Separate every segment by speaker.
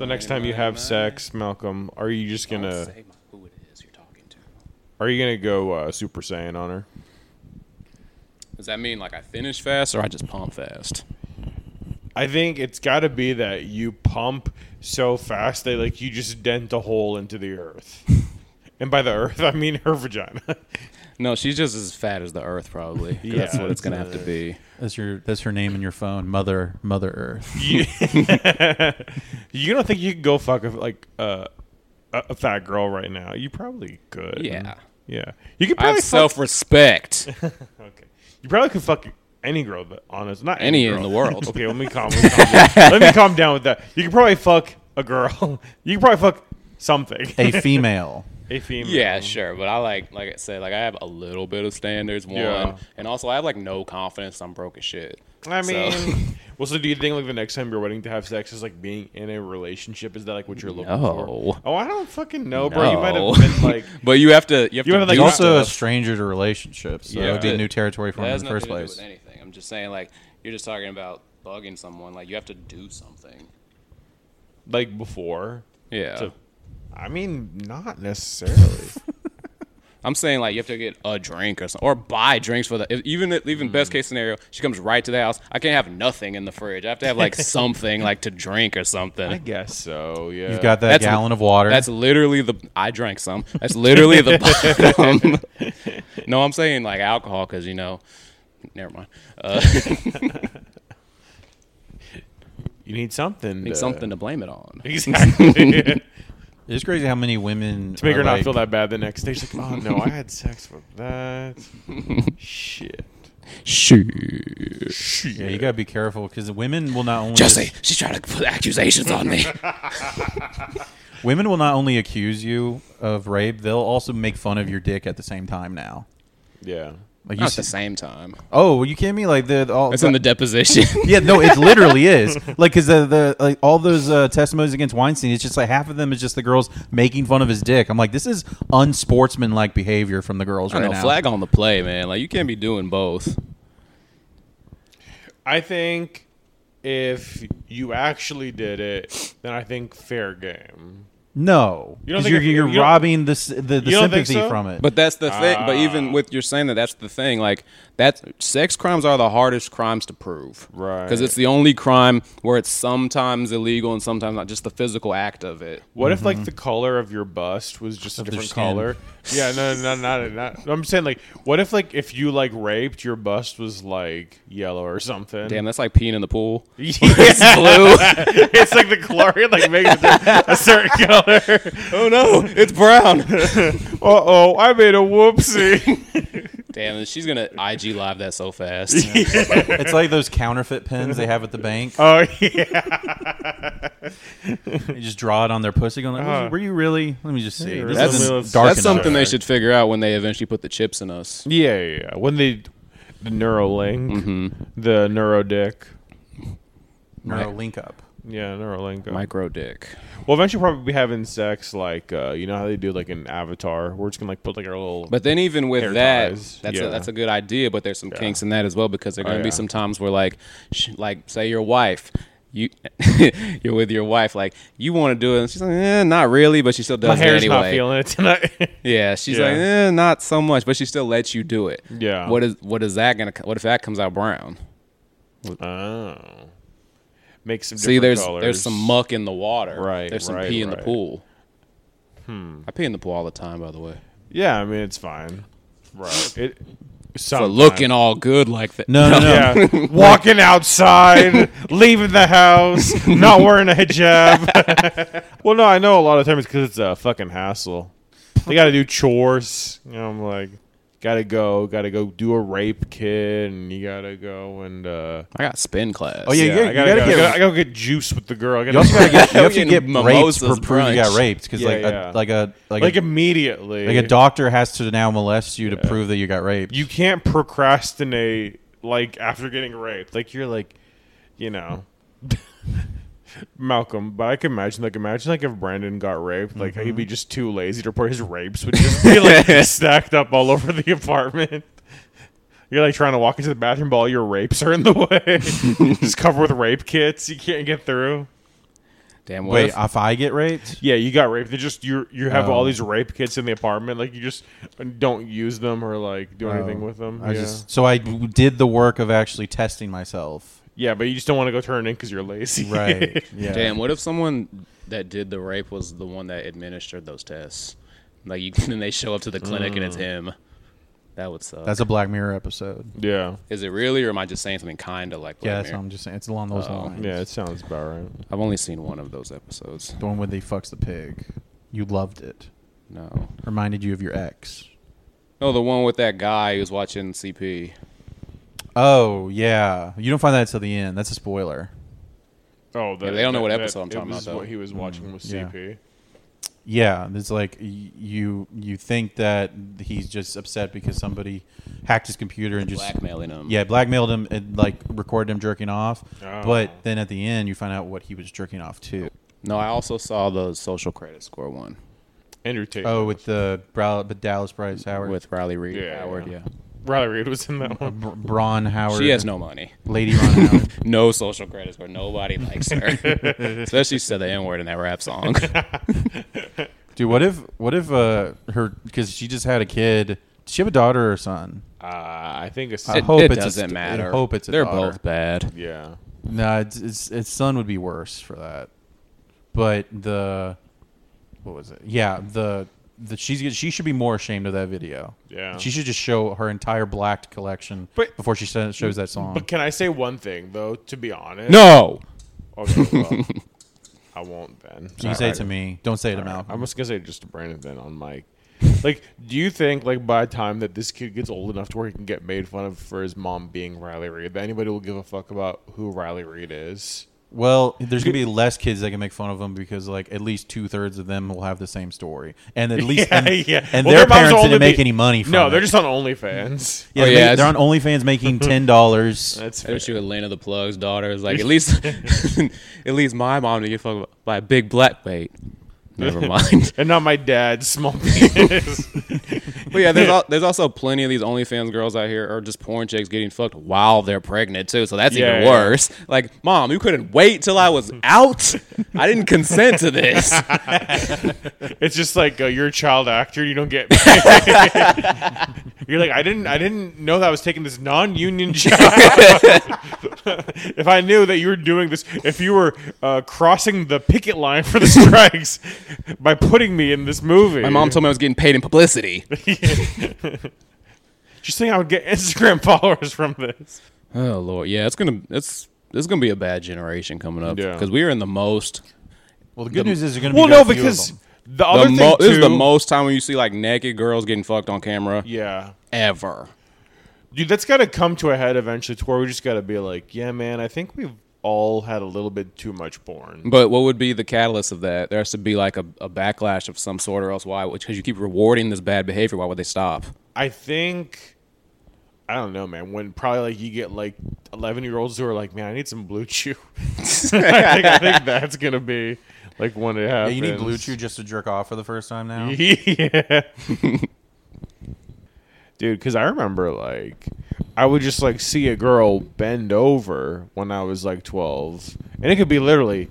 Speaker 1: next time you have sex, Malcolm, are you just
Speaker 2: Don't
Speaker 1: gonna
Speaker 2: say who it is you're talking to.
Speaker 1: are you gonna go uh, Super Saiyan on her?
Speaker 2: Does that mean like I finish fast or I just pump fast?
Speaker 1: I think it's got to be that you pump so fast that like you just dent a hole into the earth, and by the earth I mean her vagina.
Speaker 2: No, she's just as fat as the Earth, probably. 'cause that's
Speaker 1: Yeah,
Speaker 2: what it's gonna
Speaker 1: it's,
Speaker 2: have to be.
Speaker 3: That's your that's her name in your phone, Mother Mother Earth.
Speaker 1: you, you don't think you could go fuck a, like uh, a, a fat girl right now? You probably could.
Speaker 2: Yeah.
Speaker 1: yeah. You could
Speaker 2: I
Speaker 1: probably fuck,
Speaker 2: have self-respect.
Speaker 1: Okay. You probably could fuck any girl, but honest, not
Speaker 2: Any
Speaker 1: girl.
Speaker 2: in the world.
Speaker 1: Okay, let me calm. Let me calm down. Let me calm down with that. You could probably fuck a girl. You could probably fuck something.
Speaker 3: A female.
Speaker 1: A female.
Speaker 2: yeah, sure, but I like, like I said, like I have a little bit of standards. One,
Speaker 1: Yeah.
Speaker 2: and also I have like no confidence. I'm broke as shit.
Speaker 1: I
Speaker 2: So-
Speaker 1: mean, well, so do you think like the next time you're waiting to have sex is like being in a relationship? Is that like what you're looking
Speaker 2: No.
Speaker 1: for? Oh, I don't fucking know, bro. You might
Speaker 2: No.
Speaker 1: have been like,
Speaker 2: but you have to, you have
Speaker 1: You
Speaker 2: to
Speaker 1: have,
Speaker 2: do
Speaker 1: like,
Speaker 3: He's also a
Speaker 1: stuff.
Speaker 3: stranger to relationships, so
Speaker 2: uh, Yeah.
Speaker 3: it would be new territory for
Speaker 2: That
Speaker 3: him
Speaker 2: has
Speaker 3: in the first
Speaker 2: nothing to do
Speaker 3: place.
Speaker 2: with anything. I'm just saying, like, you're just talking about bugging someone. Like, you have to do something.
Speaker 1: like before.
Speaker 2: Yeah.
Speaker 1: So, I mean, not necessarily.
Speaker 2: I'm saying, like, you have to get a drink or something, or buy drinks for the. If, even if- even best case scenario, she comes right to the house. I can't have nothing in the fridge. I have to have like something like to drink or something.
Speaker 1: I guess so. Yeah.
Speaker 3: You've got that
Speaker 2: That's-
Speaker 3: gallon of water.
Speaker 2: That's literally the. I drank some. That's literally the bottom. no, I'm saying like alcohol because you know. Never mind. Uh,
Speaker 1: You need something.
Speaker 2: need
Speaker 1: to-
Speaker 2: something to blame it on.
Speaker 1: Exactly.
Speaker 3: it's crazy how many women
Speaker 1: to make
Speaker 3: are
Speaker 1: her
Speaker 3: like-
Speaker 1: not feel that bad the next day. She's like, oh no, I had sex with that. Shit.
Speaker 2: Shoot.
Speaker 1: Shit.
Speaker 3: Yeah, you gotta be careful because women will not only
Speaker 2: Jesse, she's trying to put accusations on me.
Speaker 3: women will not only accuse you of rape, they'll also make fun of your dick at the same time now.
Speaker 1: Yeah.
Speaker 3: Like you
Speaker 2: Not at the
Speaker 3: see-
Speaker 2: same time.
Speaker 3: oh, are you kidding me? Like the, the all
Speaker 2: It's in the deposition.
Speaker 3: yeah, no, it literally is. Like, cause the, the like all those uh, testimonies against Weinstein, it's just like half of them is just the girls making fun of his dick. I'm like, this is unsportsmanlike behavior from the girls
Speaker 2: I
Speaker 3: right
Speaker 2: don't know,
Speaker 3: now.
Speaker 2: flag on the play, man. Like you can't be doing both.
Speaker 1: I think if you actually did it, then I think fair game.
Speaker 3: No,
Speaker 1: You don't
Speaker 3: 'Cause
Speaker 1: think
Speaker 3: you're,
Speaker 1: if you-
Speaker 3: you're
Speaker 1: you don't-
Speaker 3: robbing the s- the, the
Speaker 1: You don't think
Speaker 3: sympathy
Speaker 1: so?
Speaker 3: from it.
Speaker 2: But that's the thing. But
Speaker 1: Ah.
Speaker 2: even with you're saying that, that's the thing. Like that's sex crimes are the hardest crimes to prove,
Speaker 1: Right.
Speaker 2: Because it's the only crime where it's sometimes illegal and sometimes not. Just the physical act of it.
Speaker 1: What if like the color of your bust was just a
Speaker 3: their
Speaker 1: different
Speaker 3: skin.
Speaker 1: color? Yeah, no, no, not, not. I'm saying like, what if like if you like raped, your bust was like yellow or something?
Speaker 2: Damn, that's like peeing in the pool.
Speaker 1: it's
Speaker 2: blue.
Speaker 1: it's like the chlorine like makes it a certain color.
Speaker 2: oh no, it's brown.
Speaker 1: Uh oh, I made a whoopsie.
Speaker 2: Damn, she's gonna IG live that so fast.
Speaker 3: it's like those counterfeit pens they have at the bank.
Speaker 1: oh yeah.
Speaker 3: They just draw it on their pussy. Going, like, "Was you-
Speaker 1: Uh.
Speaker 3: were you really? Let me just see. This
Speaker 1: That's-
Speaker 3: isn't
Speaker 1: that's
Speaker 3: dark
Speaker 2: That's
Speaker 3: enough."
Speaker 2: something they should figure out when they eventually put the chips in us.
Speaker 1: Yeah, yeah, yeah. When they the Neuralink,
Speaker 2: Mm-hmm.
Speaker 1: the Neurodick,
Speaker 3: Neuro link up.
Speaker 1: yeah, Neuralink.
Speaker 2: Micro dick.
Speaker 1: Well, eventually, probably be having sex like uh, you know how they do like an avatar. We're just gonna like put like our little.
Speaker 2: But then even with
Speaker 1: Hair
Speaker 2: that,
Speaker 1: ties,
Speaker 2: that's
Speaker 1: yeah. Oh,
Speaker 2: a, that's a good idea. But there's some kinks in that as well because there are going to
Speaker 1: yeah.
Speaker 2: be some times where like, sh- like say your wife, you you're with your wife, like you want to do it, and she's like, eh, not really, but she still
Speaker 1: my
Speaker 2: does it
Speaker 1: hair's
Speaker 2: anyway.
Speaker 1: not feeling it tonight.
Speaker 2: yeah, she's
Speaker 1: Yeah.
Speaker 2: like, eh, not so much, but she still lets you do it.
Speaker 1: Yeah.
Speaker 2: What is what is that gonna? co- What if that comes out brown?
Speaker 1: oh, make some.
Speaker 2: See,
Speaker 1: different
Speaker 2: there's
Speaker 1: colors.
Speaker 2: there's some muck in the water.
Speaker 1: Right,
Speaker 2: There's some
Speaker 1: right,
Speaker 2: pee in the
Speaker 1: right.
Speaker 2: pool. Hmm. I pee in the pool all the time, by the way.
Speaker 1: Yeah, I mean it's fine. Right. It.
Speaker 2: For
Speaker 1: Sometimes.
Speaker 2: looking all good like that.
Speaker 3: No, no, no.
Speaker 1: Yeah, walking outside, leaving the house, not wearing a hijab. well, no, I know a lot of times because it's a fucking hassle. They got to do chores. You know, I'm like, gotta go, gotta go do a rape kit, and you gotta go and. uh
Speaker 2: I got spin class.
Speaker 3: Oh, yeah, you
Speaker 1: I gotta,
Speaker 3: gotta
Speaker 1: go,
Speaker 3: get-
Speaker 1: I gotta, I gotta get juice with the girl. I gotta,
Speaker 3: You also gotta get, you have to
Speaker 2: Fucking
Speaker 3: get raped
Speaker 2: mimosas
Speaker 3: for proving you got
Speaker 2: brunch.
Speaker 3: raped because
Speaker 1: Yeah,
Speaker 3: like,
Speaker 1: yeah.
Speaker 3: A, like a like,
Speaker 1: like
Speaker 3: a,
Speaker 1: immediately.
Speaker 3: like a doctor has to now molest you to prove that you got raped.
Speaker 1: you can't procrastinate like after getting raped. Like you're like, you know, Malcolm. But I can imagine, like, imagine like if Brandon got raped, like he'd
Speaker 3: Mm-hmm.
Speaker 1: be just too lazy to report his rapes would just be like stacked up all over the apartment. You're like trying to walk into the bathroom, but all your rapes are in the way. just covered with rape kits. You can't get through.
Speaker 2: Damn. What
Speaker 3: Wait,
Speaker 2: if-
Speaker 3: if I get raped,
Speaker 1: Yeah, you got raped. They just you you have all
Speaker 3: Oh.
Speaker 1: these rape kits in the apartment. Like you just don't use them or like do anything with them.
Speaker 3: Oh. I
Speaker 1: yeah.
Speaker 3: just so I w- did the work of actually testing myself.
Speaker 1: yeah, but you just don't want to go turn in because you're lazy.
Speaker 3: Right. Yeah.
Speaker 2: Damn, what if someone that did the rape was the one that administered those tests? Like, you, then they show up to the clinic and it's him. That would suck.
Speaker 3: Mm. That's a Black Mirror episode.
Speaker 1: yeah.
Speaker 2: Is it really, or am I just saying something kind of like
Speaker 3: yeah,
Speaker 2: Black
Speaker 3: that's
Speaker 2: Mirror? Oh.
Speaker 3: what I'm just saying. It's along those lines.
Speaker 1: Yeah, it sounds about right.
Speaker 2: I've only seen one of those episodes.
Speaker 3: The one where they fucks the pig. You loved it.
Speaker 2: No.
Speaker 3: Reminded you of your ex.
Speaker 2: No, the one with that guy who's watching CP.
Speaker 3: Oh yeah. You don't find that till the end. That's a spoiler.
Speaker 1: Oh, that,
Speaker 2: Yeah, they don't know
Speaker 1: that-
Speaker 2: what
Speaker 1: that-
Speaker 2: episode I'm
Speaker 1: it
Speaker 2: talking
Speaker 1: was
Speaker 2: about,
Speaker 1: What
Speaker 2: though.
Speaker 1: he was watching with
Speaker 3: Mm, yeah.
Speaker 1: CP.
Speaker 3: Yeah, it's like y- you you think that he's just upset because somebody hacked his computer and just
Speaker 2: Blackmailing him.
Speaker 3: yeah blackmailed him and like recorded him jerking off.
Speaker 1: Oh.
Speaker 3: But then at the end, you find out what he was jerking off to.
Speaker 2: No, I also saw the social credit score one
Speaker 1: Andrew Tate.
Speaker 3: Oh, with the Brow- the Dallas Bryce Howard
Speaker 2: with Riley Reed.
Speaker 1: Yeah,
Speaker 2: Howard,
Speaker 1: yeah.
Speaker 2: yeah.
Speaker 1: Riley Reed was in that
Speaker 3: Br-
Speaker 1: one.
Speaker 3: Braun Howard.
Speaker 2: She has no money.
Speaker 3: Lady Ron Howard.
Speaker 2: No social credit score. Nobody likes her. Especially she said the N word in that rap song.
Speaker 1: Uh,
Speaker 3: Dude, what if what if uh her because she just had a kid. Does she have a daughter or a son?
Speaker 1: Uh, I think it's
Speaker 3: I
Speaker 2: it
Speaker 3: hope
Speaker 2: it
Speaker 3: it's a
Speaker 2: doesn't
Speaker 3: st- I
Speaker 2: matter.
Speaker 3: hope it's a
Speaker 2: They're
Speaker 3: daughter.
Speaker 2: both bad.
Speaker 1: yeah.
Speaker 3: No, it's, it's it's son would be worse for that. But the what was it? Yeah, the the she's she should be more ashamed of that video.
Speaker 1: Yeah.
Speaker 3: she should just show her entire blacked collection
Speaker 1: But-
Speaker 3: before she sen- shows that song.
Speaker 1: But can I say one thing though? To be honest,
Speaker 2: No.
Speaker 1: Okay, well, I won't then.
Speaker 3: you can say it to me. Don't say it to Malcolm.
Speaker 1: I'm just gonna say just to Brandon then on Mike. Like, do you think like by the time that this kid gets old enough to where he can get made fun of for his mom being Riley Reed, that anybody will give a fuck about who Riley Reed is?
Speaker 3: well, there's gonna be less kids that can make fun of them because like at least two thirds of them will have the same story, and at least and, and
Speaker 1: Well,
Speaker 3: their,
Speaker 1: moms
Speaker 3: parents
Speaker 1: will
Speaker 3: didn't
Speaker 1: only
Speaker 3: make
Speaker 1: be-
Speaker 3: any money. From
Speaker 1: No,
Speaker 3: it.
Speaker 1: they're just on OnlyFans.
Speaker 3: yeah,
Speaker 2: Oh,
Speaker 3: they-
Speaker 2: yeah, it's-
Speaker 3: they're on OnlyFans making ten dollars.
Speaker 1: That's
Speaker 2: I
Speaker 1: fair.
Speaker 2: wish you Elena the Plug's daughter is like at least at least my mom didn't get fucked up by a big black bait. Never mind.
Speaker 1: and not my dad's small penis.
Speaker 2: but yeah, there's al- there's also plenty of these OnlyFans girls out here or just porn chicks getting fucked while they're pregnant too. So that's
Speaker 1: Yeah,
Speaker 2: even
Speaker 1: yeah.
Speaker 2: worse. Like, mom, you couldn't wait till I was out. I didn't consent to this.
Speaker 1: it's just like uh, you're a child actor. You don't get. you're like I didn't. I didn't know that I was taking this non-union job. if I knew that you were doing this, if you were uh, crossing the picket line for the strikes by putting me in this movie,
Speaker 2: My mom told me I was getting paid in publicity.
Speaker 1: She's saying I would get Instagram followers from this.
Speaker 2: Oh lord, yeah, it's gonna it's it's gonna be a bad generation coming up
Speaker 1: Yeah.
Speaker 2: because we are in the most
Speaker 3: Well, the good news is they're gonna
Speaker 1: Well,
Speaker 3: be
Speaker 1: no,
Speaker 3: very few of
Speaker 1: because
Speaker 3: them.
Speaker 1: the
Speaker 2: the
Speaker 1: other thing
Speaker 2: mo- this is the
Speaker 1: too-
Speaker 2: most time when you see like naked girls getting fucked on camera
Speaker 1: Yeah.
Speaker 2: ever.
Speaker 1: Dude, that's got to come to a head eventually to where we just got to be like, yeah, man, I think we've all had a little bit too much porn.
Speaker 2: But what would be the catalyst of that? There has to be like a, a backlash of some sort, or else why? Because you keep rewarding this bad behavior. Why would they stop?
Speaker 1: I think, I don't know, man, when probably like you get like 11 year olds who are like, man, I need some Blue Chew. I, think, I think that's going to be like when it
Speaker 3: Yeah,
Speaker 1: happens.
Speaker 3: you need Blue Chew just to jerk off for the first time now.
Speaker 1: yeah. Dude, because I remember like I would just like see a girl bend over when I was like twelve, and it could be literally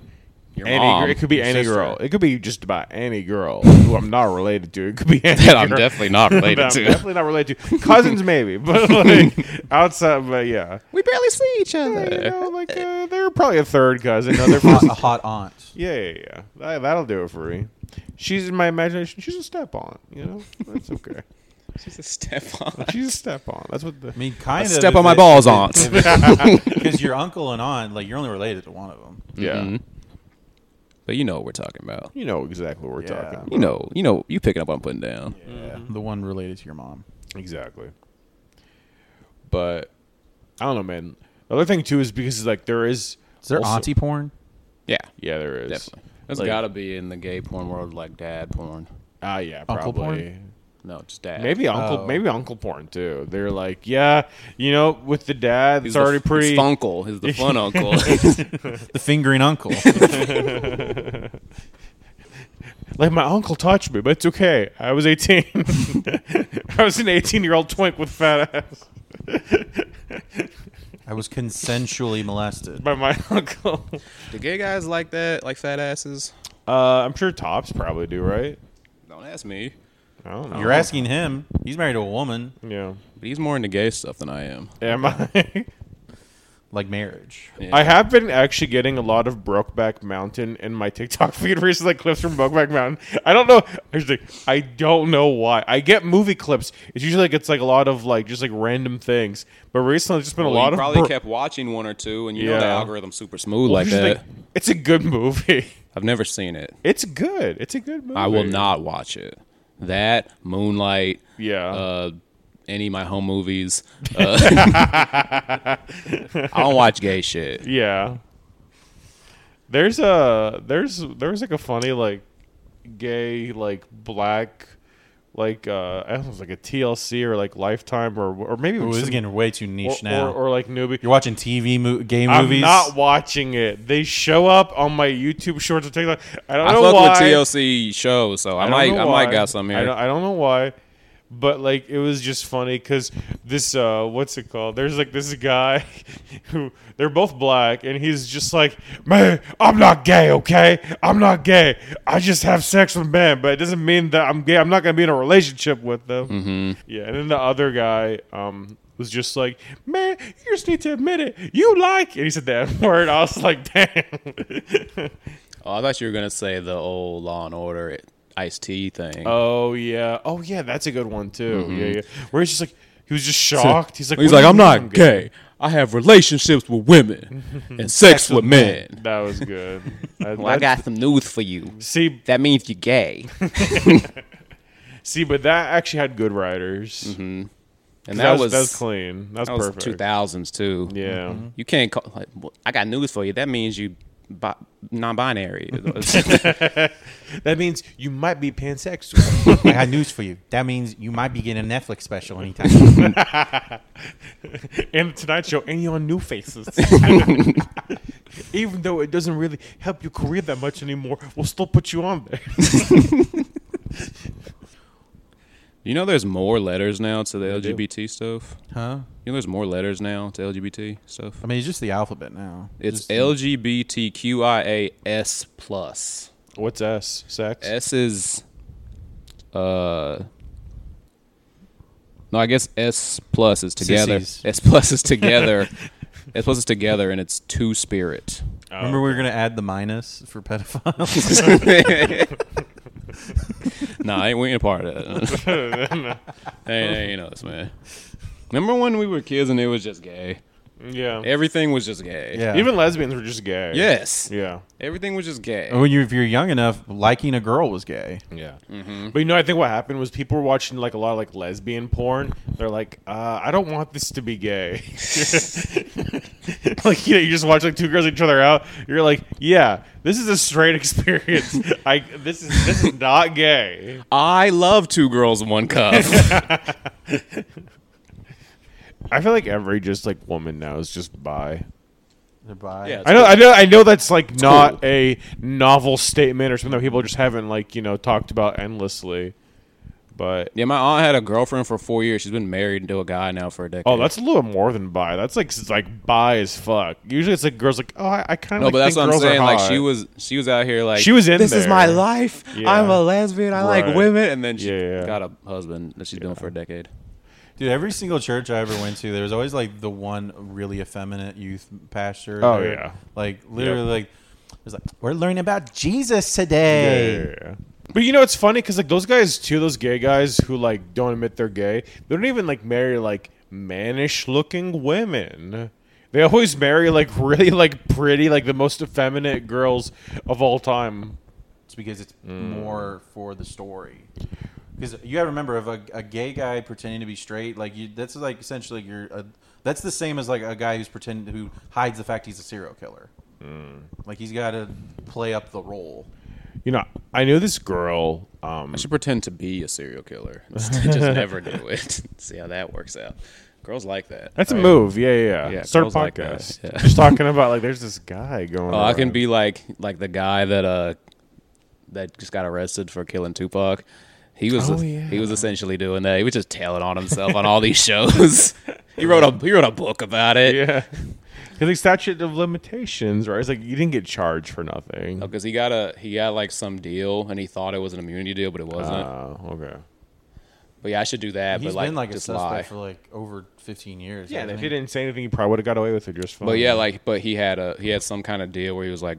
Speaker 2: Your
Speaker 1: any.
Speaker 2: mom,
Speaker 1: gir- it could be
Speaker 2: your
Speaker 1: any
Speaker 2: sister.
Speaker 1: girl. It could be just about any girl who I'm not related to. It could be any
Speaker 2: That I'm
Speaker 1: girl
Speaker 2: definitely not
Speaker 1: that
Speaker 2: related
Speaker 1: I'm
Speaker 2: to.
Speaker 1: definitely not related to. Cousins maybe, but like outside. But yeah,
Speaker 2: We barely see each
Speaker 1: you
Speaker 2: other.
Speaker 1: know, like uh, they're probably a third cousin. No, they're
Speaker 3: Hot-
Speaker 1: first
Speaker 3: a hot aunt.
Speaker 1: yeah, yeah, yeah. That, that'll do it for me. She's in my imagination. She's a step on. You know, that's okay.
Speaker 2: Just a step on.
Speaker 1: She's a step on. That's what the.
Speaker 3: I mean, kind of.
Speaker 2: step on my balls, aunt.
Speaker 3: Because your uncle and aunt, like, you're only related to one of them.
Speaker 1: Yeah,
Speaker 2: Mhm. But you know what we're talking about.
Speaker 1: you know exactly what we're
Speaker 3: Yeah.
Speaker 1: talking. about.
Speaker 2: You know, you know, you picking up what I'm putting down.
Speaker 3: Yeah.
Speaker 1: Mm-hmm.
Speaker 3: The one related to your mom.
Speaker 1: Exactly. But I don't know, man. The other thing too is because like there is.
Speaker 3: Is there
Speaker 1: also-
Speaker 3: auntie porn?
Speaker 2: Yeah,
Speaker 1: Yeah, there is.
Speaker 2: definitely. That's
Speaker 1: Like-
Speaker 2: gotta be in the gay porn world, like dad porn.
Speaker 1: Ah, yeah,
Speaker 3: Uncle porn?
Speaker 1: probably.
Speaker 2: No, just dad.
Speaker 1: Maybe uncle,
Speaker 3: Oh.
Speaker 1: maybe uncle porn too. They're like, yeah, you know, with the dad, it's
Speaker 2: the-
Speaker 1: already pretty.
Speaker 2: He's uncle. He's the fun uncle.
Speaker 3: The fingering uncle.
Speaker 1: Like my uncle touched me, but it's okay. I was 18. I was an 18 year old twink with fat ass.
Speaker 3: I was consensually molested.
Speaker 1: by my uncle.
Speaker 2: Do gay guys like that? Like fat asses?
Speaker 1: Uh, I'm sure tops probably do, right?
Speaker 2: Don't ask me.
Speaker 1: I don't know.
Speaker 3: You're asking him. He's married to a woman,
Speaker 1: Yeah.
Speaker 2: But he's more into gay stuff than I am.
Speaker 1: Am I?
Speaker 3: like marriage.
Speaker 2: Yeah.
Speaker 1: I have been actually getting a lot of Brokeback Mountain in my TikTok feed recently, like clips from Brokeback Mountain. I don't know. Actually, I don't know why. I get movie clips. It's usually like it's like a lot of like just like random things. But recently, it's just been
Speaker 2: Well,
Speaker 1: a lot
Speaker 2: you
Speaker 1: of
Speaker 2: probably
Speaker 1: Bro-
Speaker 2: kept watching one or two, and you know the
Speaker 1: Yeah.
Speaker 2: algorithm's super smooth like
Speaker 1: it's just
Speaker 2: that.
Speaker 1: it's a good movie.
Speaker 2: I've never seen it.
Speaker 1: It's good. It's a good movie.
Speaker 2: I will not watch it. That Moonlight.
Speaker 1: Yeah.
Speaker 2: Uh, any of my home movies. Uh, I don't watch gay shit.
Speaker 1: Yeah. There's a there's there was like a funny like gay like black like uh I don't know, it was like a TLC or like Lifetime or or maybe it
Speaker 3: Ooh,
Speaker 1: was
Speaker 3: this is getting way too
Speaker 1: or,
Speaker 3: niche
Speaker 1: or,
Speaker 3: now.
Speaker 1: or, like newbie.
Speaker 3: You're watching TV, mo- gay
Speaker 1: I'm
Speaker 3: movies.
Speaker 1: not watching it. They show up on my YouTube shorts or TikTok. I don't
Speaker 2: I,
Speaker 1: know
Speaker 2: fuck
Speaker 1: why.
Speaker 2: with TLC shows, so
Speaker 1: I
Speaker 2: I,
Speaker 1: don't
Speaker 2: might, I
Speaker 1: know
Speaker 2: might
Speaker 1: why.
Speaker 2: got some
Speaker 1: I
Speaker 2: here.
Speaker 1: don't, I don't know why, but like it was just funny because this uh, what's it called? There's like this guy who they're both black, and he's just like, man, I'm not gay, okay? I'm not gay. I just have sex with men, but it doesn't mean that I'm gay. I'm not gonna be in a relationship with them.
Speaker 2: Mm-hmm.
Speaker 1: Yeah, and then the other guy. um was just like, man, you just need to admit it. You like, and he said that word. I was like, damn.
Speaker 2: Oh, I thought you were gonna say the old Law and Order Ice T thing.
Speaker 1: Oh yeah. Oh yeah, that's a good one too. Yeah, yeah. Where he's just like he was just shocked. He's like
Speaker 2: Mm-hmm. He's
Speaker 1: "What
Speaker 2: like,
Speaker 1: do you
Speaker 2: I'm
Speaker 1: mean
Speaker 2: not gay. I have relationships with women
Speaker 1: Mm.
Speaker 2: and sex with men.
Speaker 1: That was good. I,
Speaker 2: Well, I got some news for you.
Speaker 1: see
Speaker 2: That means you're gay.
Speaker 1: see, but that actually had good writers.
Speaker 2: And
Speaker 1: That, was, that was clean.
Speaker 2: Mm-hmm. that
Speaker 1: That was,
Speaker 2: was
Speaker 1: perfect.
Speaker 2: two thousands too.
Speaker 1: Yeah.
Speaker 2: You can't call. Like, well, I got news for you. That means you bi- non-binary. Mm-hmm.
Speaker 1: That means you might be pansexual.
Speaker 3: I had news for you. That means you might be getting a Netflix special anytime.
Speaker 1: and the Tonight Show and you're on new faces. Even though it doesn't really help your career that much anymore, we'll still put you on there.
Speaker 2: you know, there's more letters now to the LGBT stuff.
Speaker 3: huh?
Speaker 2: You know, there's more letters now to LGBT stuff.
Speaker 3: I mean, it's just the alphabet now.
Speaker 2: It's
Speaker 3: Just-
Speaker 2: LGBTQIAS plus.
Speaker 1: What's S? Sex?
Speaker 2: S is, uh, no, I guess S plus is together.
Speaker 3: Sissies.
Speaker 2: S plus is together. S plus is together, and it's two spirit.
Speaker 1: Oh,
Speaker 3: Remember, we were gonna add the minus for pedophiles.
Speaker 2: nah, I ain't we ain't a part of that. hey, hey, you know this man. Remember when we were kids and it was just gay?
Speaker 1: yeah.
Speaker 2: Everything was just gay.
Speaker 3: Yeah.
Speaker 1: Even lesbians were just gay.
Speaker 2: Yes.
Speaker 1: Yeah.
Speaker 2: Everything was just gay.
Speaker 3: when you if you're young enough, liking a girl was gay.
Speaker 1: Yeah. But you know, I think what happened was people were watching like a lot of like lesbian porn. They're like, uh, I don't want this to be gay. like, you know, you just watch like two girls each other out. You're like, yeah, this is a straight experience. I this is this is not gay.
Speaker 2: I love two girls, one cup.
Speaker 1: I feel like every just like woman now is just bi.
Speaker 2: Yeah.
Speaker 1: I know, I know, I know. That's like not
Speaker 2: cool.
Speaker 1: a novel statement or something that people just haven't like you know talked about endlessly. But
Speaker 2: yeah, my aunt had a girlfriend for four years. She's been married to a guy now for a decade.
Speaker 1: Oh, that's a little more than bi. That's like it's like bi as fuck. Usually it's like girls like, oh, I, I kind
Speaker 2: no,
Speaker 1: of like
Speaker 2: but that's
Speaker 1: think
Speaker 2: what I'm
Speaker 1: girls are
Speaker 2: saying. Like she
Speaker 1: hot."
Speaker 2: was, she was out here like
Speaker 1: She was in
Speaker 2: This is
Speaker 1: there.
Speaker 2: my life.
Speaker 1: Yeah.
Speaker 2: I'm a lesbian. I like
Speaker 1: Right.
Speaker 2: women. And then she
Speaker 1: Yeah, yeah.
Speaker 2: got a husband that she's been with for a decade.
Speaker 3: Dude, every single church I ever went to, there was always like the one really effeminate youth pastor.
Speaker 1: Oh,
Speaker 3: They're,
Speaker 1: yeah.
Speaker 3: like literally
Speaker 1: Yep.
Speaker 3: like it was like we're learning about Jesus today.
Speaker 1: Yeah, yeah, yeah. But you know it's funny because like those guys too, those gay guys who like don't admit they're gay, they don't even like marry like mannish looking women. They always marry like really like pretty, like the most effeminate girls of all time.
Speaker 3: It's because it's
Speaker 1: Mm.
Speaker 3: more for the story. Because you gotta remember, if a, a gay guy pretending to be straight, like you, that's like essentially you're. A, that's the same as like a guy who's pretending who hides the fact he's a serial killer.
Speaker 1: Mm.
Speaker 3: Like he's got to play up the role.
Speaker 1: You know, I knew this girl. Um,
Speaker 2: I should pretend to be a serial killer. Just, just never do it. See how that works out. Girls like that.
Speaker 1: that's a
Speaker 2: Like,
Speaker 1: move. Yeah, yeah. yeah
Speaker 2: Yeah,
Speaker 1: Start a
Speaker 2: girls like that,
Speaker 1: podcast.
Speaker 2: yeah.
Speaker 1: Just talking about like there's this guy going.
Speaker 2: Oh, I can
Speaker 1: around.
Speaker 2: be like like the guy that uh that just got arrested for killing Tupac. He was
Speaker 1: Oh,
Speaker 2: he was
Speaker 1: yeah.
Speaker 2: essentially doing that. He was just tailing on himself on all these shows. He wrote a he wrote a book about it.
Speaker 1: Yeah. Because like statute of limitations, right? It's like you didn't get charged for nothing.
Speaker 2: Because he got a he got like some deal and he thought it was an immunity deal, but it wasn't.
Speaker 1: Oh, okay.
Speaker 2: but yeah, I should do that.
Speaker 3: He's
Speaker 2: but Uh, like,
Speaker 3: been like a
Speaker 2: just
Speaker 3: suspect
Speaker 2: lie.
Speaker 3: for like over 15 years.
Speaker 1: Yeah, and if
Speaker 3: hasn't
Speaker 1: you didn't say anything, you probably would have got away with it just fine.
Speaker 2: But yeah, like but he had a he had some kind of deal where he was like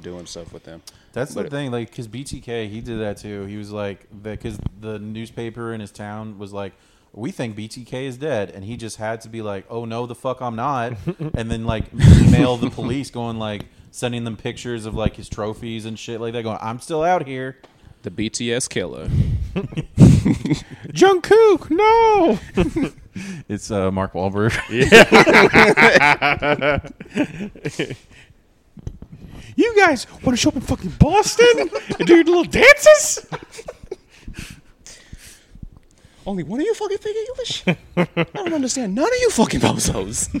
Speaker 2: doing stuff with them.
Speaker 3: That's the
Speaker 2: But it-
Speaker 3: thing, like, because BTK, he did that too. He was like, because the newspaper in his town was like, we think BTK is dead, and he just had to be like, oh no, the fuck, I'm not, and then like email the police, going like, sending them pictures of like his trophies and shit like that, going, I'm still out here.
Speaker 2: The BTS killer.
Speaker 1: Jungkook, no.
Speaker 3: It's uh, Mark Wahlberg.
Speaker 1: You guys want to show up in fucking Boston and do your little dances?
Speaker 2: Only one of you fucking speak English. I don't understand none of you fucking bozos.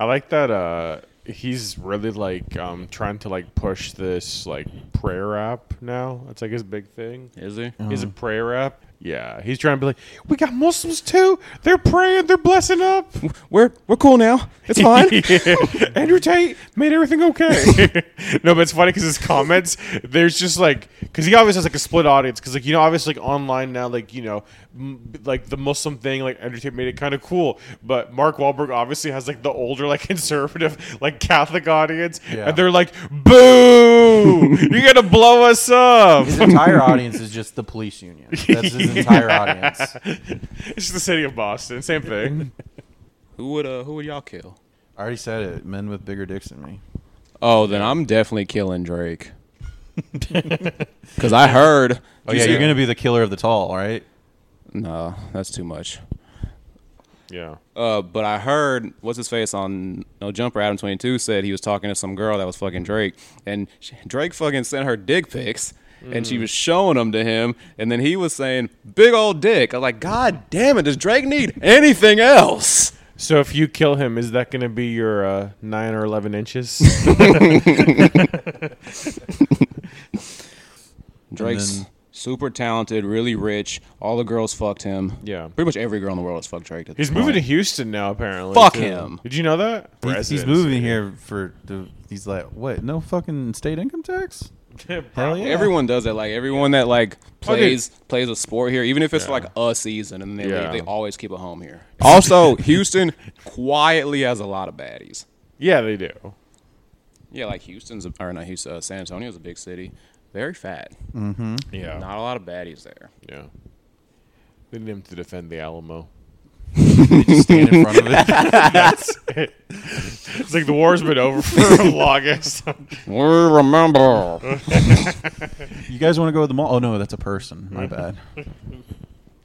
Speaker 1: I like that. Uh, he's really like um trying to like push this like prayer app now. That's like his big thing.
Speaker 2: Is he?
Speaker 1: He's a prayer app. Yeah, he's trying to be like, we got Muslims too. They're praying. They're blessing up.
Speaker 2: We're we're cool now. It's fine.
Speaker 1: Andrew Tate made everything okay. no, but it's funny because his comments, there's just like, because he obviously has like a split audience. Because like you know, obviously like online now, like you know, m- like the Muslim thing, like Andrew Tate made it kind of cool. But Mark Wahlberg obviously has like the older, like conservative, like Catholic audience,
Speaker 3: Yeah.
Speaker 1: and they're like, "Boo! You're gonna blow us up."
Speaker 3: His entire audience is just the police union. That's his entire audience.
Speaker 1: it's just the city of Boston, same thing.
Speaker 2: who would uh who would y'all kill?
Speaker 3: I already said it. Men with bigger dicks than me.
Speaker 2: Oh, then I'm definitely killing Drake. Cause I heard
Speaker 3: Oh yeah, you're gonna be the killer of the tall, right?
Speaker 2: No, that's too much.
Speaker 1: yeah.
Speaker 2: Uh, but I heard what's his face on No Jumper Adam Twenty Two said he was talking to some girl that was fucking Drake, and she, Drake fucking sent her dick pics, and she was showing them to him, and then he was saying big old dick. I'm like, God damn it, does Drake need anything else?
Speaker 1: So if you kill him, is that going to be your uh, nine or eleven inches?
Speaker 2: Drake's
Speaker 3: then-
Speaker 2: super talented, really rich. All the girls fucked him.
Speaker 1: Yeah.
Speaker 2: pretty much every girl in the world has fucked Drake. at
Speaker 1: He's
Speaker 2: this
Speaker 1: moving to
Speaker 2: point.
Speaker 1: Houston now, apparently.
Speaker 2: Fuck him.
Speaker 1: Did you know that?
Speaker 3: He's, he's moving here for the, he's like what? No fucking state income tax.
Speaker 1: here.
Speaker 3: Hell yeah.
Speaker 2: Everyone does that. Like everyone that like
Speaker 1: Oh, dude.
Speaker 2: plays plays a sport here, even if it's like a season, and then they
Speaker 1: Yeah.
Speaker 2: leave, they always keep a home here. Also, Houston quietly has a lot of baddies.
Speaker 1: yeah, they do.
Speaker 2: Yeah, like Houston's or not Houston, uh, San Antonio's a big city, very fat.
Speaker 1: Yeah,
Speaker 2: Not a lot of baddies there.
Speaker 1: yeah. They need him to defend the Alamo.
Speaker 3: Stand in front of it.
Speaker 1: it's like the war's been over for the longest.
Speaker 2: We remember
Speaker 3: You guys want to go to the mall? Oh no, that's a person. My bad. If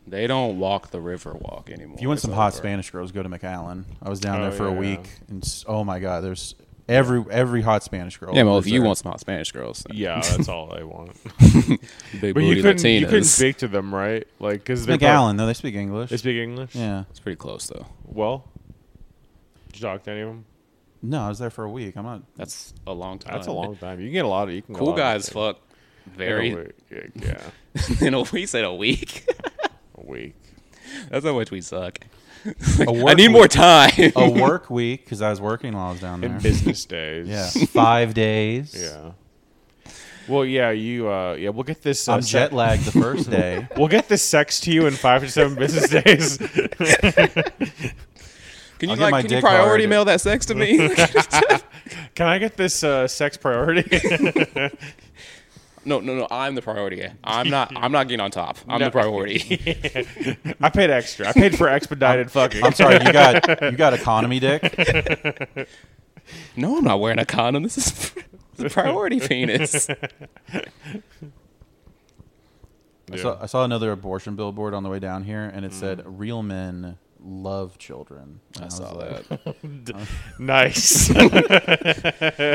Speaker 2: they don't walk the river walk anymore.
Speaker 3: you want
Speaker 2: It's
Speaker 3: some hot
Speaker 2: over.
Speaker 3: Spanish girls, go to McAllen. I was down
Speaker 1: Oh,
Speaker 3: there for a
Speaker 1: yeah,
Speaker 3: week,
Speaker 1: yeah.
Speaker 3: and s- oh my god, there's every every hot Spanish girl.
Speaker 2: Yeah, well, if
Speaker 3: was
Speaker 2: you
Speaker 3: there.
Speaker 2: want some hot Spanish girls, then
Speaker 1: yeah, that's all I want.
Speaker 2: big
Speaker 1: But
Speaker 2: booty
Speaker 1: you couldn't,
Speaker 2: Latinas.
Speaker 1: you couldn't speak to them, right? Like, because they're prob-
Speaker 3: McAllen, though they speak English.
Speaker 1: they speak English.
Speaker 3: yeah.
Speaker 2: it's pretty close though.
Speaker 1: Well, did you talk to any of them?
Speaker 3: No, I was there for a week. I'm not.
Speaker 2: That's a long time.
Speaker 1: That's a long time. You can get a lot of you can get a
Speaker 2: Uh, Cool
Speaker 1: lot of
Speaker 2: guys, fuck. Very
Speaker 1: things. Yeah, yeah,
Speaker 2: in a we said a week.
Speaker 1: a week.
Speaker 2: That's how much we suck. I
Speaker 3: work
Speaker 2: need more time.
Speaker 3: A work week because I was working while I was down
Speaker 1: In
Speaker 3: there.
Speaker 1: business days.
Speaker 3: Yeah, five days.
Speaker 1: Yeah. Well, yeah, you. Uh, yeah, we'll get this. Uh,
Speaker 3: I'm
Speaker 1: se-
Speaker 3: jet lagged the first day.
Speaker 1: We'll get this sex to you in five to seven business days.
Speaker 2: Can you
Speaker 3: I'll get my
Speaker 2: like can you
Speaker 3: dick
Speaker 2: priority
Speaker 3: hard.
Speaker 2: mail that sex to me?
Speaker 1: Can I get this uh, sex priority?
Speaker 2: no, no, no. I'm the priority. I'm not. I'm not getting on top. I'm
Speaker 1: No.
Speaker 2: the priority.
Speaker 1: I paid extra. I paid for expedited fucking.
Speaker 3: I'm sorry, you got you got economy dick.
Speaker 2: no, I'm not wearing a condom. This is the priority penis.
Speaker 1: Yeah.
Speaker 3: I, saw, I saw another abortion billboard on the way down here, and it said, "Real men love children."
Speaker 2: Mm.
Speaker 3: And
Speaker 2: I
Speaker 3: was
Speaker 2: saw
Speaker 3: like,
Speaker 2: that.
Speaker 1: nice.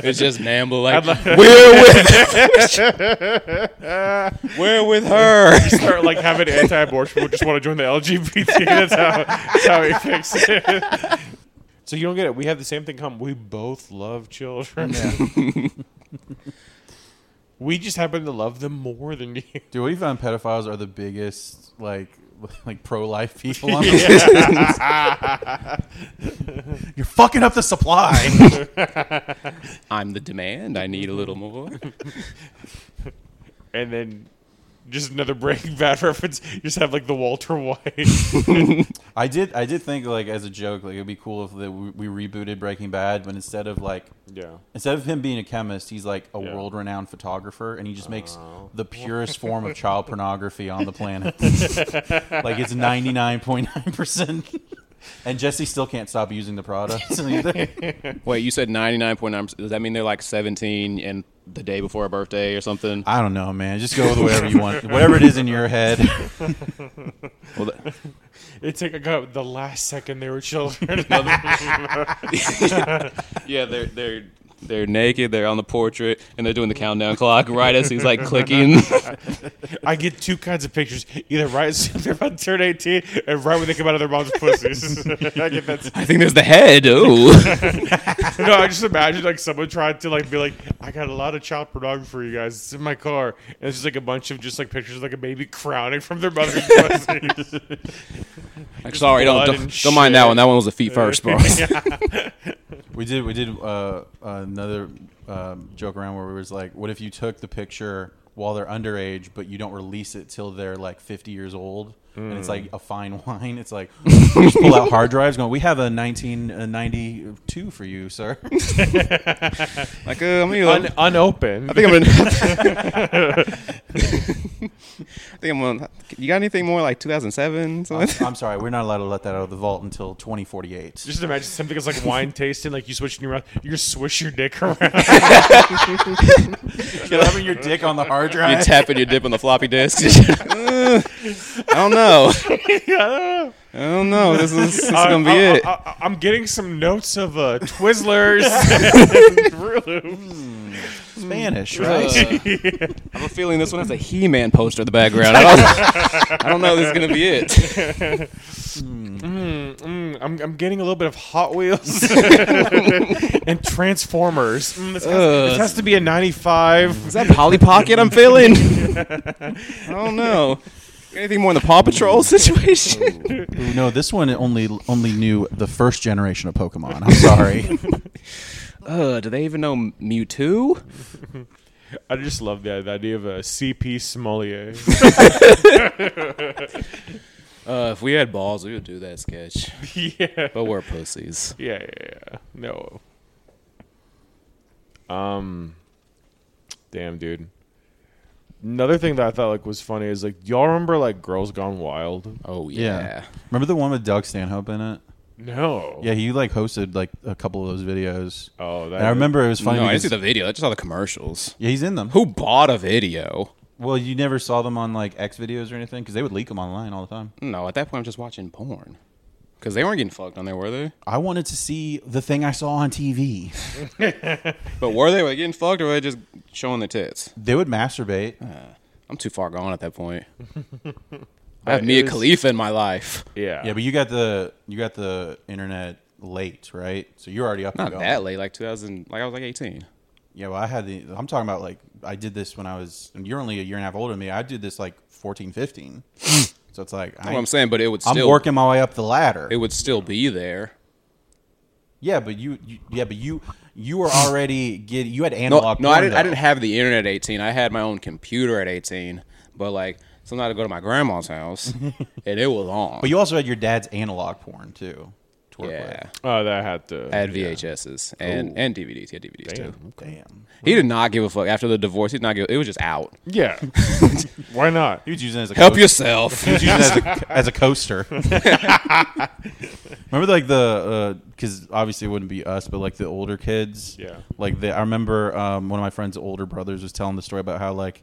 Speaker 2: It's just Namble like
Speaker 1: like-
Speaker 2: we're with we're with her.
Speaker 1: Start like having anti-abortion. people just want to join the LGBT. That's how. That's how he fixed it. So you don't get it. We have the same thing come. We both love children.
Speaker 3: Yeah.
Speaker 1: We just happen to love them more than you.
Speaker 3: Dude, we found pedophiles are the biggest like like pro life people on the You're fucking up the supply.
Speaker 2: I'm the demand. I need a little more.
Speaker 1: and then just another Breaking Bad reference. You just have like the Walter White.
Speaker 3: I did I did think like as a joke like it'd be cool if the, we, we rebooted Breaking Bad, but instead of like
Speaker 1: yeah.
Speaker 3: instead of him being a chemist, he's like a
Speaker 1: Yeah.
Speaker 3: world renowned photographer and he just makes the purest form of child pornography on the planet. like it's 99.9%. and Jesse still can't stop using the product either.
Speaker 2: Wait, you said 99.9. Does that mean they're like 17 and the day before a birthday or something?
Speaker 3: I don't know, man. Just go with whatever you want. Whatever it is in your head.
Speaker 2: Well, th-
Speaker 1: It's like I got uh, the last second they were children.
Speaker 2: yeah, they're they're they're naked. They're on the portrait and they're doing the countdown clock right as he's like clicking.
Speaker 1: I get two kinds of pictures: either right as soon as they're about to turn eighteen, and right when they come out of their mom's pussies. I get that.
Speaker 2: I think there's the head. Oh,
Speaker 1: No, I just imagine like someone trying to like be like, I got a lot of child pornography for you guys. It's in my car, and it's just like a bunch of just like pictures of, like a baby crowning from their mother's pussies.
Speaker 2: sorry, don't
Speaker 1: blood
Speaker 2: don't,
Speaker 1: and
Speaker 2: don't mind that
Speaker 1: shit.
Speaker 2: one. That one was the feet first, bro.
Speaker 3: We did we did uh, another um, joke around where we was like, what if you took the picture while they're underage, but you don't release it till they're like 50 years old, and it's like a fine wine. It's like you just pull out hard drives, going, we have a 1992 for you, sir.
Speaker 2: like, uh, I'm gonna,
Speaker 1: Un- unopened.
Speaker 2: I think I'm gonna. I think I'm gonna. You got anything more like 2007?
Speaker 3: I'm,
Speaker 2: Something?
Speaker 3: I'm sorry, we're not allowed to let that out of the vault until 2048.
Speaker 1: just imagine something that's like wine tasting, like you switching your mouth, you just swish your dick around.
Speaker 3: You're having your dick on the hard
Speaker 2: You
Speaker 3: drive.
Speaker 2: tap it, you dip on the floppy disk. Uh, I don't know.
Speaker 1: yeah.
Speaker 2: I don't know. This is, this is
Speaker 1: I-
Speaker 2: gonna be
Speaker 1: I,
Speaker 2: it.
Speaker 1: am getting some notes of uh, Twizzlers.
Speaker 3: Spanish, right?
Speaker 2: I have a feeling this one has a He-Man poster in the background. I don't, I don't know. This is gonna be it.
Speaker 1: Mm, I'm, I'm getting a little bit of Hot Wheels and Transformers. Mm, this, has,
Speaker 2: Ugh.
Speaker 1: this has to be a 95.
Speaker 2: Is that Polly Pocket I'm feeling? I don't know. Anything more in the Paw Patrol situation?
Speaker 3: Ooh, No, this one only only knew the first generation of Pokemon. I'm sorry.
Speaker 2: uh, do they even know Mewtwo?
Speaker 1: I just love the, the idea of a CP Smollier.
Speaker 2: Uh, if we had balls, we would do that sketch.
Speaker 1: yeah.
Speaker 2: But we're pussies.
Speaker 1: Yeah, yeah, yeah. No. Um Damn, dude. Another thing that I thought like was funny is like y'all remember like Girls Gone Wild?
Speaker 2: Oh
Speaker 3: Yeah.
Speaker 2: yeah.
Speaker 3: Remember the one with Doug Stanhope in it?
Speaker 1: No.
Speaker 3: Yeah, he like hosted like a couple of those videos.
Speaker 1: Oh, that
Speaker 3: And I remember it was funny.
Speaker 2: no, I didn't
Speaker 3: because,
Speaker 2: see the video. I just saw the commercials.
Speaker 3: yeah, he's in them.
Speaker 2: Who bought a video?
Speaker 3: Well, you never saw them on like X videos or anything because they would leak them online all the time.
Speaker 2: No, at that point I'm just watching porn. Cause they weren't getting fucked on there, were they?
Speaker 3: I wanted to see the thing I saw on TV.
Speaker 2: But were they, were they getting fucked or were they just showing their tits?
Speaker 3: they would masturbate.
Speaker 2: I'm too far gone at that point. I have
Speaker 1: But
Speaker 2: Mia
Speaker 1: it was-
Speaker 2: Khalifa in my life.
Speaker 1: Yeah.
Speaker 3: Yeah, but you got the you got the internet late, right? So you're already up. and
Speaker 2: Not
Speaker 3: going.
Speaker 2: that late, like 2000, like I was like 18.
Speaker 3: Yeah, well, I had the. I'm talking about like I did this when I was. And you're only a year and a half older than me. I did this like 14, 15. so it's like
Speaker 2: That's what
Speaker 3: I,
Speaker 2: I'm saying, but it would
Speaker 3: I'm
Speaker 2: still
Speaker 3: working my way up the ladder.
Speaker 2: it would still be there.
Speaker 3: Yeah, but you, you yeah, but you you were already get you had
Speaker 2: No,
Speaker 3: analog.
Speaker 2: no, I
Speaker 3: porn,
Speaker 2: didn't. I
Speaker 3: though.
Speaker 2: didn't have the internet at 18. I had my own computer at 18. But like sometimes I go to my grandma's house and it was on.
Speaker 3: But you also had your dad's analog porn too. To work
Speaker 2: yeah,
Speaker 1: Oh, that had to.
Speaker 2: I had VHSs and and DVDs. He had DVDs too.
Speaker 1: Damn.
Speaker 3: with. Damn.
Speaker 2: He did not give a fuck after the divorce. He did not give. It was just out.
Speaker 1: Yeah. Why not?
Speaker 3: He was using it as a
Speaker 2: Help
Speaker 3: coast-
Speaker 2: yourself.
Speaker 3: He was using it as a, as a coaster. remember, like the because obviously it wouldn't be us, but like the older kids.
Speaker 1: Yeah.
Speaker 3: Like the I remember um, one of my friend's older brothers was telling the story about how like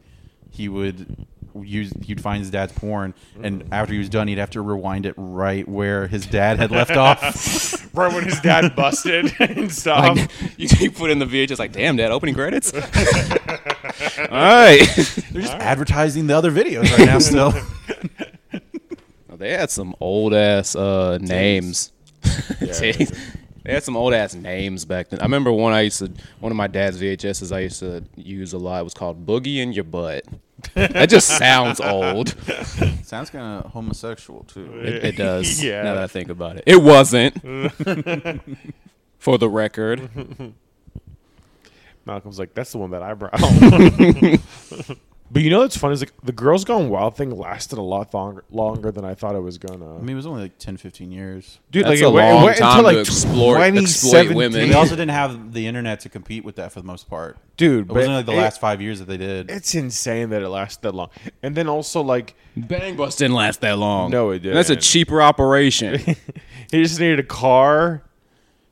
Speaker 3: he would use he'd find his dad's porn and
Speaker 2: Mm.
Speaker 3: after he was done he'd have to rewind it right where his dad had left off.
Speaker 1: Right when his dad busted and stuff.
Speaker 2: Like, you, you put in the VHS like, damn, dad, opening credits. All right.
Speaker 3: They're just advertising the other videos right now still.
Speaker 2: they had some old ass uh, names. Titties. They had some old ass names back then. I remember one I used to, one of my dad's VHSs I used to use a lot was called Boogie in Your Butt. That just sounds old.
Speaker 3: Sounds kind of homosexual too.
Speaker 2: It, it does.
Speaker 1: Yeah.
Speaker 2: Now that I think about it, it wasn't. For the record,
Speaker 1: Malcolm's like, that's the one that I brought. but you know what's funny is like the Girls Gone Wild thing lasted a lot longer, longer than I thought it was gonna.
Speaker 3: I mean, it was only like 10, 15 years.
Speaker 1: Dude,
Speaker 2: That's
Speaker 1: it
Speaker 2: a
Speaker 1: went- it
Speaker 2: long
Speaker 1: went
Speaker 2: time to explore- exploit
Speaker 1: 2017.
Speaker 2: women.
Speaker 3: They also didn't have the internet to compete with that for the most part.
Speaker 1: dude.
Speaker 3: It
Speaker 1: but
Speaker 3: wasn't like the
Speaker 1: it-
Speaker 3: last five years that they did.
Speaker 1: It's insane that it lasted that long. And then also like
Speaker 2: Bang Bus didn't last that long.
Speaker 1: No, it
Speaker 2: And that's a
Speaker 1: didn't. cheaper
Speaker 2: cheaper operation.
Speaker 1: he just needed a car.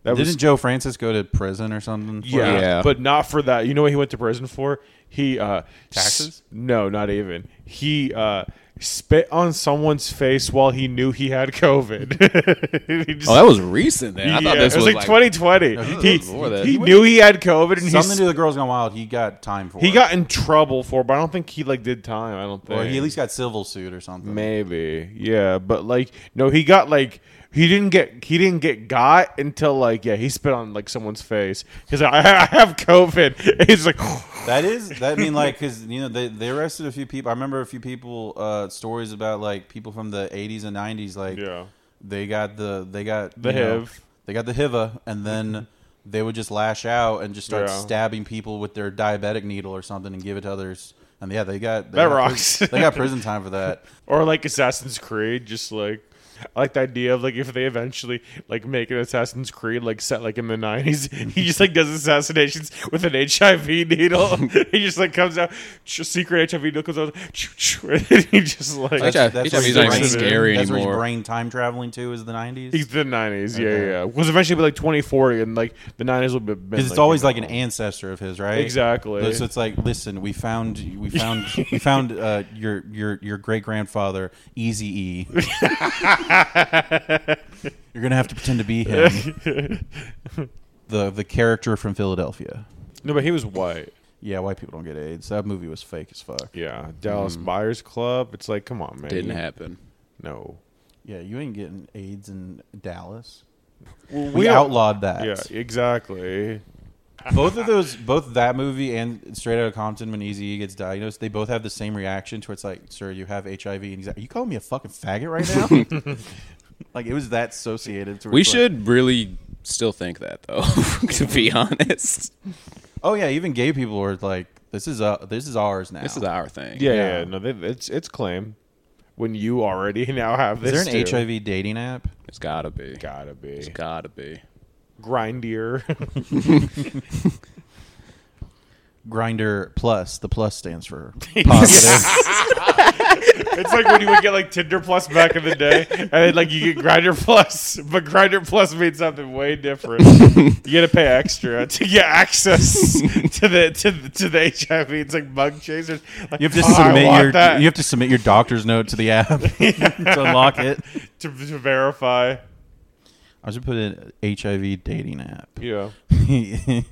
Speaker 1: That was
Speaker 3: Didn't Joe Francis go to prison or something? for
Speaker 1: yeah,
Speaker 3: it?
Speaker 2: Yeah.
Speaker 1: but not for that. You know what he went to prison for? He uh
Speaker 3: Taxes?
Speaker 1: s- no, not even. He uh spit on someone's face while he knew he had COVID. He just-
Speaker 2: oh, that was recent. Then
Speaker 1: yeah,
Speaker 2: I thought this
Speaker 1: it was, like 2020.
Speaker 3: this
Speaker 1: he
Speaker 3: was before
Speaker 2: that.
Speaker 1: he knew he had COVID and
Speaker 3: Something
Speaker 1: he's,
Speaker 3: to the Girls Gone Wild. He got time for.
Speaker 1: he
Speaker 3: it.
Speaker 1: got in trouble for, it, but I don't think he like did time. I don't think.
Speaker 3: Or he at least got civil suit or something.
Speaker 1: Maybe, yeah, but like, no, he got like he didn't get he didn't get got until like yeah he spit on like someone's face. He's like, I, I have COVID. And he's like,
Speaker 3: That is, that I mean, like, because you know they, they arrested a few people. I remember a few people uh, stories about like people from the '80s and '90s, like
Speaker 1: Yeah.
Speaker 3: they got the they got
Speaker 1: The
Speaker 3: you know,
Speaker 1: HIV. Mm-hmm.
Speaker 3: they got the hiva, and then they would just lash out and just start
Speaker 1: Yeah.
Speaker 3: stabbing people with their diabetic needle or something and give it to others. And yeah, they got they
Speaker 1: That
Speaker 3: got
Speaker 1: rocks.
Speaker 3: pris- they got prison time for that.
Speaker 1: or like Assassin's Creed, just like. I like the idea of like if they eventually like make an Assassin's Creed like set like in the nineties, he just like does assassinations with an HIV needle. he just like comes out, ch- secret HIV needle comes out, and he just like
Speaker 2: That's- HIV
Speaker 3: where
Speaker 1: HIV's not even
Speaker 3: brain-
Speaker 2: scary
Speaker 3: That's where
Speaker 2: anymore.
Speaker 3: he's brain time traveling to is the '90s.
Speaker 1: He's the nineties, yeah,
Speaker 3: Okay.
Speaker 1: yeah. Because eventually, it'll be like twenty forty, and like the nineties will be. Because
Speaker 3: Because it's always like an ancestor of his, right?
Speaker 1: Exactly.
Speaker 3: So it's like, listen, we found, we found, we found uh, your your your great grandfather, Easy E. You're gonna have to pretend to be him, the the character from Philadelphia.
Speaker 1: no, but he was white.
Speaker 3: Yeah, white people don't get AIDS. That movie was fake as fuck.
Speaker 1: Yeah, Dallas
Speaker 3: Mm-hmm.
Speaker 1: Buyers Club. It's like, come on, man.
Speaker 2: didn't happen.
Speaker 1: No,
Speaker 3: Yeah, you ain't getting AIDS in Dallas.
Speaker 1: well,
Speaker 3: We, outlawed that.
Speaker 1: Yeah, exactly.
Speaker 3: both of those, both that movie and Straight Outta Compton, when Easy E gets diagnosed, they both have the same reaction towards like, "Sir, you have HIV," and he's like, "Are you calling me a fucking faggot right now?" like it was that associated. To
Speaker 2: We should really still think that, though. to be honest,
Speaker 3: Oh yeah, even gay people were like, "This is uh, this is ours now."
Speaker 2: this is our thing.
Speaker 1: Yeah, yeah.
Speaker 3: Yeah.
Speaker 1: yeah, no, they, it's it's claim. When you already now have
Speaker 3: Is
Speaker 1: this,
Speaker 3: there an
Speaker 1: too.
Speaker 3: HIV dating app?
Speaker 2: it's gotta be.
Speaker 1: Gotta be
Speaker 2: It's gotta be.
Speaker 1: grindier.
Speaker 3: Grinder Plus. The plus stands for positive.
Speaker 1: it's like when you would get like Tinder Plus back in the day, and then, like you get Grinder Plus, but Grinder Plus means something way different. you got to pay extra to get access to the to the, to the HIV. It's like bug chasers. Like,
Speaker 3: You have to
Speaker 1: "Oh, I
Speaker 3: submit
Speaker 1: want
Speaker 3: your
Speaker 1: that
Speaker 3: you have to submit your doctor's note to the app to unlock it.
Speaker 1: to, to verify.
Speaker 3: I should put in HIV dating app.
Speaker 1: Yeah,
Speaker 3: yeah,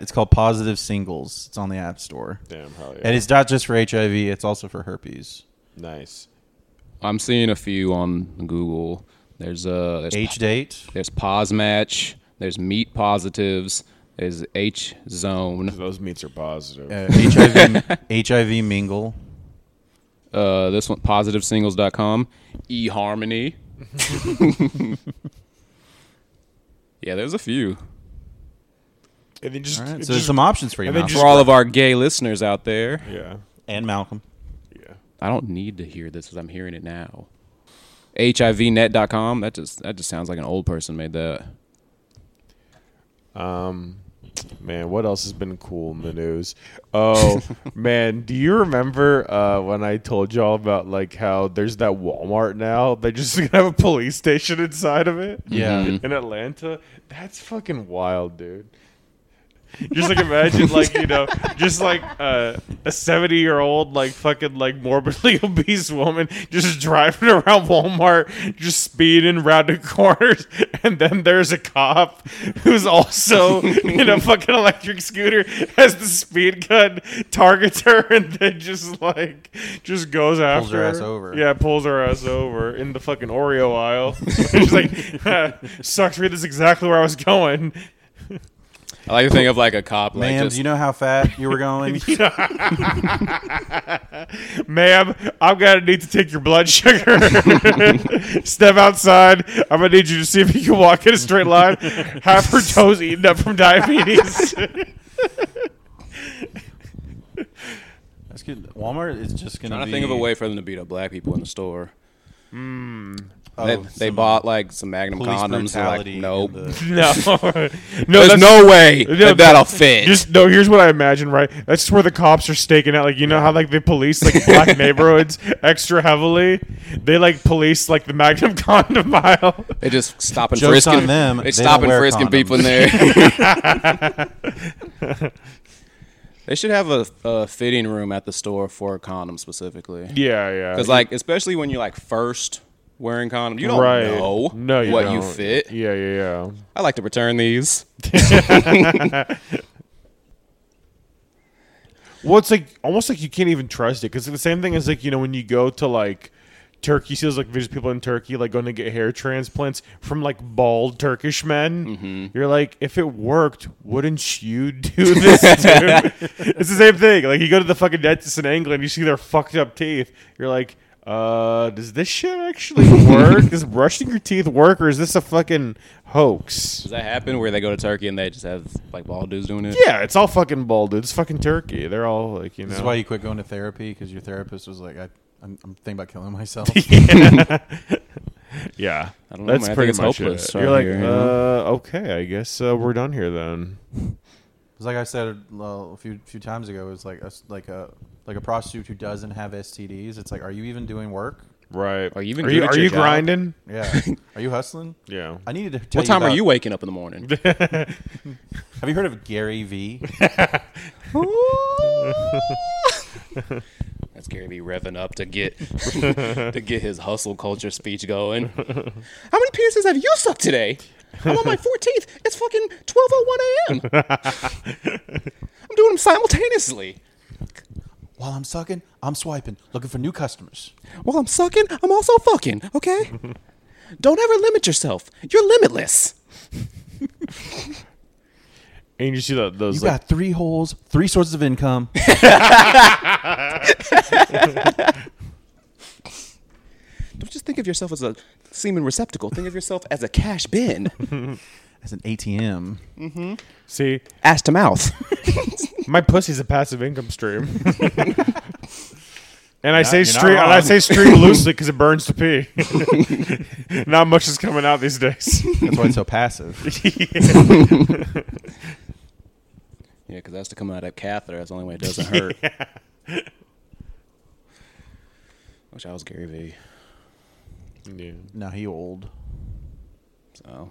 Speaker 3: it's called Positive Singles. It's on the App Store.
Speaker 1: damn, hell yeah,
Speaker 3: And it's not just for HIV, it's also for herpes.
Speaker 1: nice.
Speaker 2: I'm seeing a few on Google. There's uh, there's
Speaker 3: H date.
Speaker 2: There's pause match. There's meat positives. There's H zone.
Speaker 1: Those meats are positive.
Speaker 3: Uh, HIV, HIV mingle.
Speaker 2: Uh, this one positivesingles.com. eHarmony. yeah, there's a few
Speaker 1: and then just,
Speaker 3: All right, so there's
Speaker 1: just
Speaker 3: some options for you,
Speaker 1: and then
Speaker 3: Malcolm.
Speaker 1: just-
Speaker 2: for all of our gay listeners out there.
Speaker 1: yeah,
Speaker 3: and Malcolm.
Speaker 1: yeah.
Speaker 2: I don't need to hear this because I'm hearing it now. HIVnet.com. That just that just sounds like an old person made that.
Speaker 1: Um, man, what else has been cool in the news? Oh man, do you remember uh, when I told y'all about like how there's that Walmart now? They just gonna have a police station inside of it.
Speaker 3: Yeah.
Speaker 1: in Atlanta, that's fucking wild, dude. Just like imagine, like you know, just like uh, a seventy-year-old, like fucking, like morbidly obese woman, just driving around Walmart, just speeding around the corners, and then there's a cop who's also in a fucking electric scooter, has the speed gun, targets her, and then just like just goes after
Speaker 3: her ass over.
Speaker 1: Yeah, pulls her ass over in the fucking Oreo "Uh, aisle. She's like, "Huh, sucks for you. This is exactly where I was going.
Speaker 2: Mm-hmm. I like to think of like a cop, like
Speaker 3: Ma'am,
Speaker 2: just,
Speaker 3: do you know how fat you were going?
Speaker 1: Ma'am, I'm gonna need to take your blood sugar. Step outside. I'm gonna need you to see if you can walk in a straight line. Have her toes eaten up from diabetes.
Speaker 3: That's good. Walmart is just gonna
Speaker 2: trying to
Speaker 3: be,
Speaker 2: think of a way for them to beat up black people in the store.
Speaker 3: Oh,
Speaker 2: they, they
Speaker 3: some
Speaker 2: bought like some Magnum
Speaker 3: police
Speaker 2: condoms. They're Like,
Speaker 3: brutality.
Speaker 2: nope.
Speaker 3: in the-
Speaker 1: no, no,
Speaker 2: There's
Speaker 1: that's-
Speaker 2: no way
Speaker 1: Yeah,
Speaker 2: that that'll fit.
Speaker 1: Just no. Here's what I imagine. Right, that's just where the cops are staking out. Like you know how like they police like black neighborhoods extra heavily. They like police like the Magnum condom aisle.
Speaker 2: they just stop and
Speaker 3: Joke's
Speaker 2: frisking
Speaker 3: on them.
Speaker 2: They,
Speaker 3: They
Speaker 2: stop
Speaker 3: don't
Speaker 2: and
Speaker 3: wear
Speaker 2: frisking
Speaker 3: condoms.
Speaker 2: people in there. they should have a, a fitting room at the store for condoms specifically.
Speaker 1: Yeah, yeah.
Speaker 2: Because like, especially when you're like first wearing condoms, you don't
Speaker 1: right.
Speaker 2: know
Speaker 1: no, you
Speaker 2: what you
Speaker 1: don't.
Speaker 2: fit.
Speaker 1: Yeah, yeah, yeah.
Speaker 2: I like to return these.
Speaker 1: Well, it's like almost like you can't even trust it because the same thing is like you know when you go to like Turkey, see those like there's people in Turkey like going to get hair transplants from like bald Turkish men.
Speaker 3: Mm-hmm.
Speaker 1: You're like, if it worked, wouldn't you do this? too? it's the same thing. Like you go to the fucking dentist in England, you see their fucked up teeth. You're like. Uh, does this shit actually work? does brushing your teeth work, or is this a fucking hoax?
Speaker 2: Does that happen where they go to Turkey and they just have like bald dudes doing it?
Speaker 1: Yeah, it's all fucking bald. dude. It's fucking Turkey. They're all like, you know.
Speaker 3: This is why you quit going to therapy because your therapist was like, I, I'm, I'm thinking about killing myself.
Speaker 1: Yeah,
Speaker 2: I don't know, man. I think it's hopeless
Speaker 1: You're
Speaker 2: right
Speaker 1: like,
Speaker 2: here, you
Speaker 1: uh, okay, I guess uh, we're done here then.
Speaker 3: It's like I said well, a few few times ago. It's like a, s- like a like a prostitute who doesn't have STDs. It's like, are you even doing work?
Speaker 1: Right?
Speaker 2: Are you even
Speaker 1: are
Speaker 2: good
Speaker 1: you,
Speaker 2: at
Speaker 1: are
Speaker 2: your
Speaker 1: you
Speaker 2: job?
Speaker 1: grinding?
Speaker 3: Yeah. are you hustling?
Speaker 1: Yeah.
Speaker 3: I needed to tell
Speaker 2: What time
Speaker 3: about-
Speaker 2: are you waking up in the morning?
Speaker 3: Have you heard of Gary V?
Speaker 2: That's Gary Vee revving up to get to get his hustle culture speech going. How many penises have you sucked today? I'm on my 14th. It's fucking 12:01 a.m. I'm doing them simultaneously.
Speaker 3: While I'm sucking, I'm swiping, looking for new customers.
Speaker 2: While I'm sucking, I'm also fucking. Okay. Don't ever limit yourself. You're limitless.
Speaker 1: And you see that those
Speaker 3: You
Speaker 1: like,
Speaker 3: got three holes, three sources of income.
Speaker 2: Don't just think of yourself as a semen receptacle. Think of yourself as a cash bin,
Speaker 3: That's an ATM.
Speaker 1: see
Speaker 2: ass to mouth.
Speaker 1: my pussy's a passive income stream. And I say
Speaker 3: you're not
Speaker 1: stream, and I
Speaker 3: wrong.
Speaker 1: say stream loosely because it burns to pee. not much is coming out these days.
Speaker 3: That's why it's so passive.
Speaker 2: Yeah, because that's to come out of that catheter. That's the only way it doesn't hurt. Wish I was Gary Vee.
Speaker 1: yeah.
Speaker 3: Now he old.
Speaker 2: So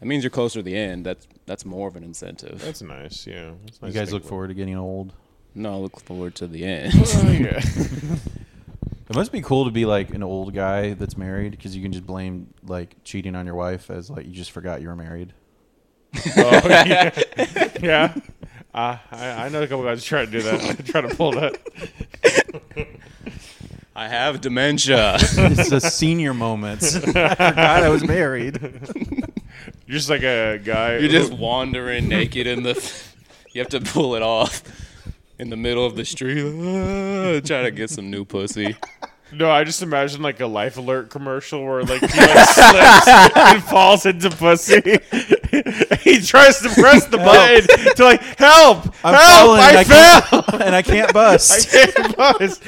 Speaker 2: that means you're closer to the end. That's that's more of an incentive.
Speaker 1: That's nice. Yeah, That's
Speaker 3: You
Speaker 1: nice
Speaker 3: guys
Speaker 1: to
Speaker 3: look
Speaker 1: think
Speaker 3: forward to getting old.
Speaker 2: no, I look forward to the end.
Speaker 1: about. Yeah.
Speaker 3: It must be cool to be like an old guy that's married because you can just blame like cheating on your wife as like you just forgot you were married.
Speaker 1: Oh, yeah. yeah. Uh, I, I know a couple guys try to do that. try to pull that.
Speaker 2: I have dementia.
Speaker 3: it's the senior moments. I forgot I was married.
Speaker 1: You're just like a guy.
Speaker 2: You're
Speaker 1: who-
Speaker 2: just wandering naked in the. You have to pull it off in the middle of the street, uh, trying to get some new pussy.
Speaker 1: no. I just imagine like a life alert commercial where like he like, slips and falls into pussy. he tries to press the button to like help,
Speaker 3: I'm
Speaker 1: help,
Speaker 3: falling.
Speaker 1: I,
Speaker 3: I,
Speaker 1: fell.
Speaker 3: can't, and I can't
Speaker 1: I
Speaker 3: bust.
Speaker 1: can't bust.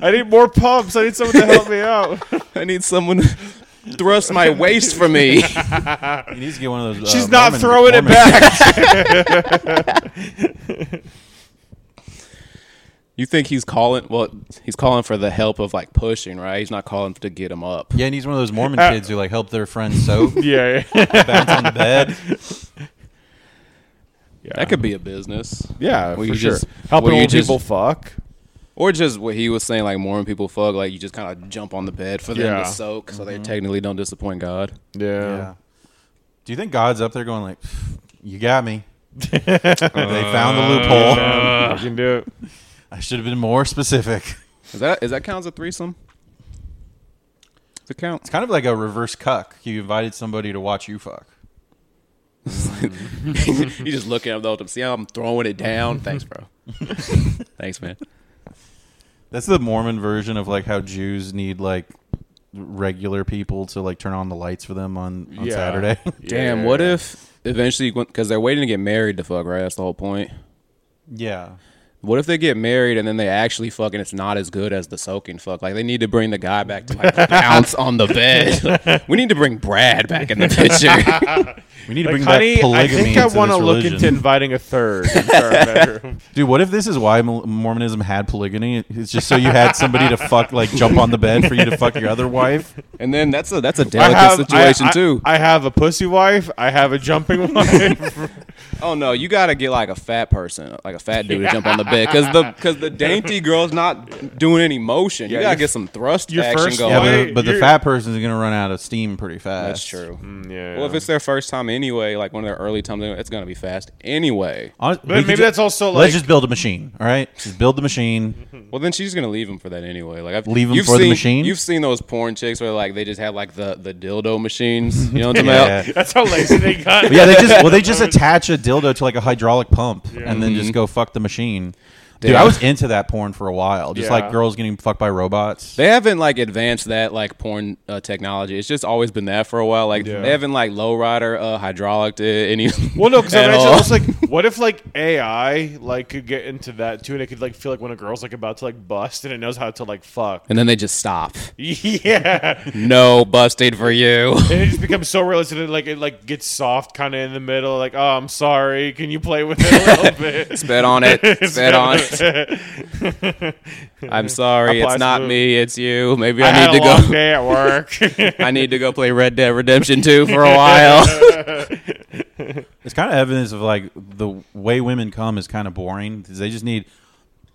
Speaker 1: I need more pumps. I need someone to help me out.
Speaker 2: I need someone to thrust my waist for me.
Speaker 3: He needs to get one of those. uh,
Speaker 1: She's not
Speaker 3: Mormon-
Speaker 1: throwing it
Speaker 3: Mormon-
Speaker 1: back.
Speaker 2: You think he's calling? Well, he's calling for the help of like pushing, right? He's not calling to get him up.
Speaker 3: Yeah, he needs one of those Mormon
Speaker 1: Uh,
Speaker 3: kids who like help their friends soak
Speaker 1: yeah, yeah.
Speaker 3: bounce on the bed.
Speaker 1: yeah.
Speaker 2: That could be a business.
Speaker 1: Yeah,
Speaker 2: Well,
Speaker 1: for
Speaker 2: you
Speaker 1: sure.
Speaker 2: just-
Speaker 1: Helping
Speaker 2: well, you
Speaker 1: old
Speaker 2: just-
Speaker 1: people fuck.
Speaker 2: Or just what he was saying, like Mormon people fuck, like you just kind of jump on the bed for them
Speaker 1: Yeah.
Speaker 2: to soak, so they technically don't disappoint God.
Speaker 3: Yeah. Do you think God's up there going like, "You got me"? they found the loophole.
Speaker 1: Uh, you can do it.
Speaker 3: I should have been more specific.
Speaker 2: Is that is that count as a threesome? Does it count?
Speaker 3: It's kind of like a reverse cuck. You invited somebody to watch you fuck.
Speaker 2: you just looking up the ultimate. See how I'm throwing it down? Thanks, bro. Thanks, man.
Speaker 3: That's the Mormon version of like how Jews need like regular people to like turn on the lights for them on, on
Speaker 1: Yeah.
Speaker 3: Saturday.
Speaker 2: Damn. What if eventually, because they're waiting to get married to fuck, right? That's the whole point.
Speaker 3: yeah.
Speaker 2: What if they get married and then they actually fuck and it's not as good as the soaking fuck? Like they need to bring the guy back to like bounce on the bed. we need to bring Brad back in the picture.
Speaker 3: We need to
Speaker 1: Like,
Speaker 3: bring
Speaker 1: honey,
Speaker 3: back polygamy
Speaker 1: I think I
Speaker 3: into
Speaker 1: want to
Speaker 3: this
Speaker 1: look
Speaker 3: religion.
Speaker 1: into inviting a third into our bedroom.
Speaker 3: Dude, what if this is why Mo- Mormonism had polygamy? It's just so you had somebody to fuck, like jump on the bed for you to fuck your other wife.
Speaker 2: and then that's a that's a
Speaker 1: I
Speaker 2: delicate
Speaker 1: I-
Speaker 2: situation
Speaker 1: I-
Speaker 2: too.
Speaker 1: I have a pussy wife. I have a jumping wife.
Speaker 2: oh no, you gotta get like a fat person, like a fat dude to jump on the bed because the because the dainty girl's not doing any motion.
Speaker 1: Yeah,
Speaker 2: you gotta
Speaker 1: your-
Speaker 2: get some thrust
Speaker 1: your
Speaker 2: action
Speaker 1: first
Speaker 2: going.
Speaker 3: Yeah,
Speaker 1: Wait,
Speaker 3: but, but the
Speaker 1: you're-
Speaker 3: fat person's gonna run out of steam pretty fast.
Speaker 2: that's true.
Speaker 1: Mm, yeah.
Speaker 2: Well, if it's their first time anyway, like one of their early times, it's gonna be fast anyway.
Speaker 3: Honest- we
Speaker 1: but
Speaker 3: could
Speaker 1: maybe
Speaker 3: ju-
Speaker 1: that's also like
Speaker 3: let's just build a machine. All right, just build the machine.
Speaker 2: Well, then she's gonna leave him for that anyway. Like I've
Speaker 3: Leave him
Speaker 2: you've
Speaker 3: for the
Speaker 2: seen-
Speaker 3: machine?
Speaker 2: You've seen those porn chicks where like they just have like the the dildo machines. You know what I'm talking
Speaker 3: Yeah.
Speaker 2: about?
Speaker 1: that's how lazy they got.
Speaker 3: But yeah, they just well, they just attach a dildo to like a hydraulic pump and then just go fuck the machine. Dude,
Speaker 2: Mm-hmm. Damn.
Speaker 3: I was into that porn for a while. Just
Speaker 1: Yeah.
Speaker 3: like girls getting fucked by robots.
Speaker 2: They haven't like advanced that like porn uh, technology. It's just always been that for a while. Like
Speaker 1: Yeah.
Speaker 2: they haven't like lowrider uh, hydraulic it any.
Speaker 1: Well, no, because I
Speaker 2: at
Speaker 1: imagine
Speaker 2: all.
Speaker 1: it's like, what if like AI like could get into that too, and it could like feel like when a girl's like about to like bust, and it knows how to like fuck.
Speaker 2: and then they just stop.
Speaker 1: Yeah, and
Speaker 2: No, busted for you.
Speaker 1: it just becomes so realistic. And, like it like gets soft, kind of in the middle. Like, oh, I'm sorry. Can you play with it a little bit?
Speaker 2: Spit on it. Spit on it. I'm sorry.
Speaker 1: Applies
Speaker 2: It's not
Speaker 1: to-
Speaker 2: me. It's you. Maybe
Speaker 1: I
Speaker 2: I,
Speaker 1: had
Speaker 2: need
Speaker 1: a
Speaker 2: to go.
Speaker 1: long day at work.
Speaker 2: I need to go play Red Dead Redemption 2 for a while.
Speaker 3: It's kind of evidence of like the way women come is kind of boring. 'cause They just need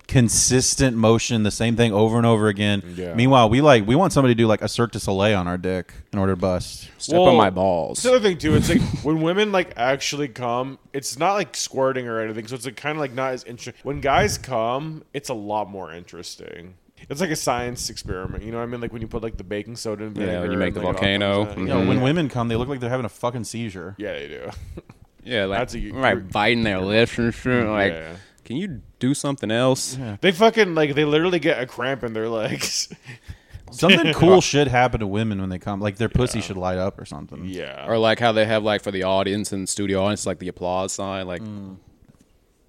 Speaker 3: consistent motion, the same thing over and over again.
Speaker 1: Yeah.
Speaker 3: Meanwhile, we like we want somebody to do like a Cirque du Soleil on our dick in order to bust.
Speaker 2: Step on
Speaker 1: Well,
Speaker 2: my balls.
Speaker 1: It's the other thing too. It's like when women like actually come, it's not like squirting or anything. So it's like kind of like not as interesting. When guys come, it's a lot more interesting. It's like a science experiment. You know what I mean? Like when you put like the baking soda in
Speaker 2: Yeah,
Speaker 1: vinegar.
Speaker 2: when you make
Speaker 1: and,
Speaker 2: the
Speaker 1: like, all
Speaker 2: volcano.
Speaker 1: kinds of-
Speaker 2: Mhm.
Speaker 3: You know, when women come, they look like they're having a fucking seizure.
Speaker 1: Yeah, they do.
Speaker 2: Yeah, like
Speaker 1: That's a-
Speaker 2: right, biting their lips and shit. Like,
Speaker 1: Yeah.
Speaker 2: can you do something else?
Speaker 1: They fucking like they literally get a cramp in their legs.
Speaker 3: Something cool should happen to women when they come. Like their pussy should light up or something.
Speaker 1: yeah.
Speaker 2: Or like how they have like for the audience and studio audience, like the applause sign, like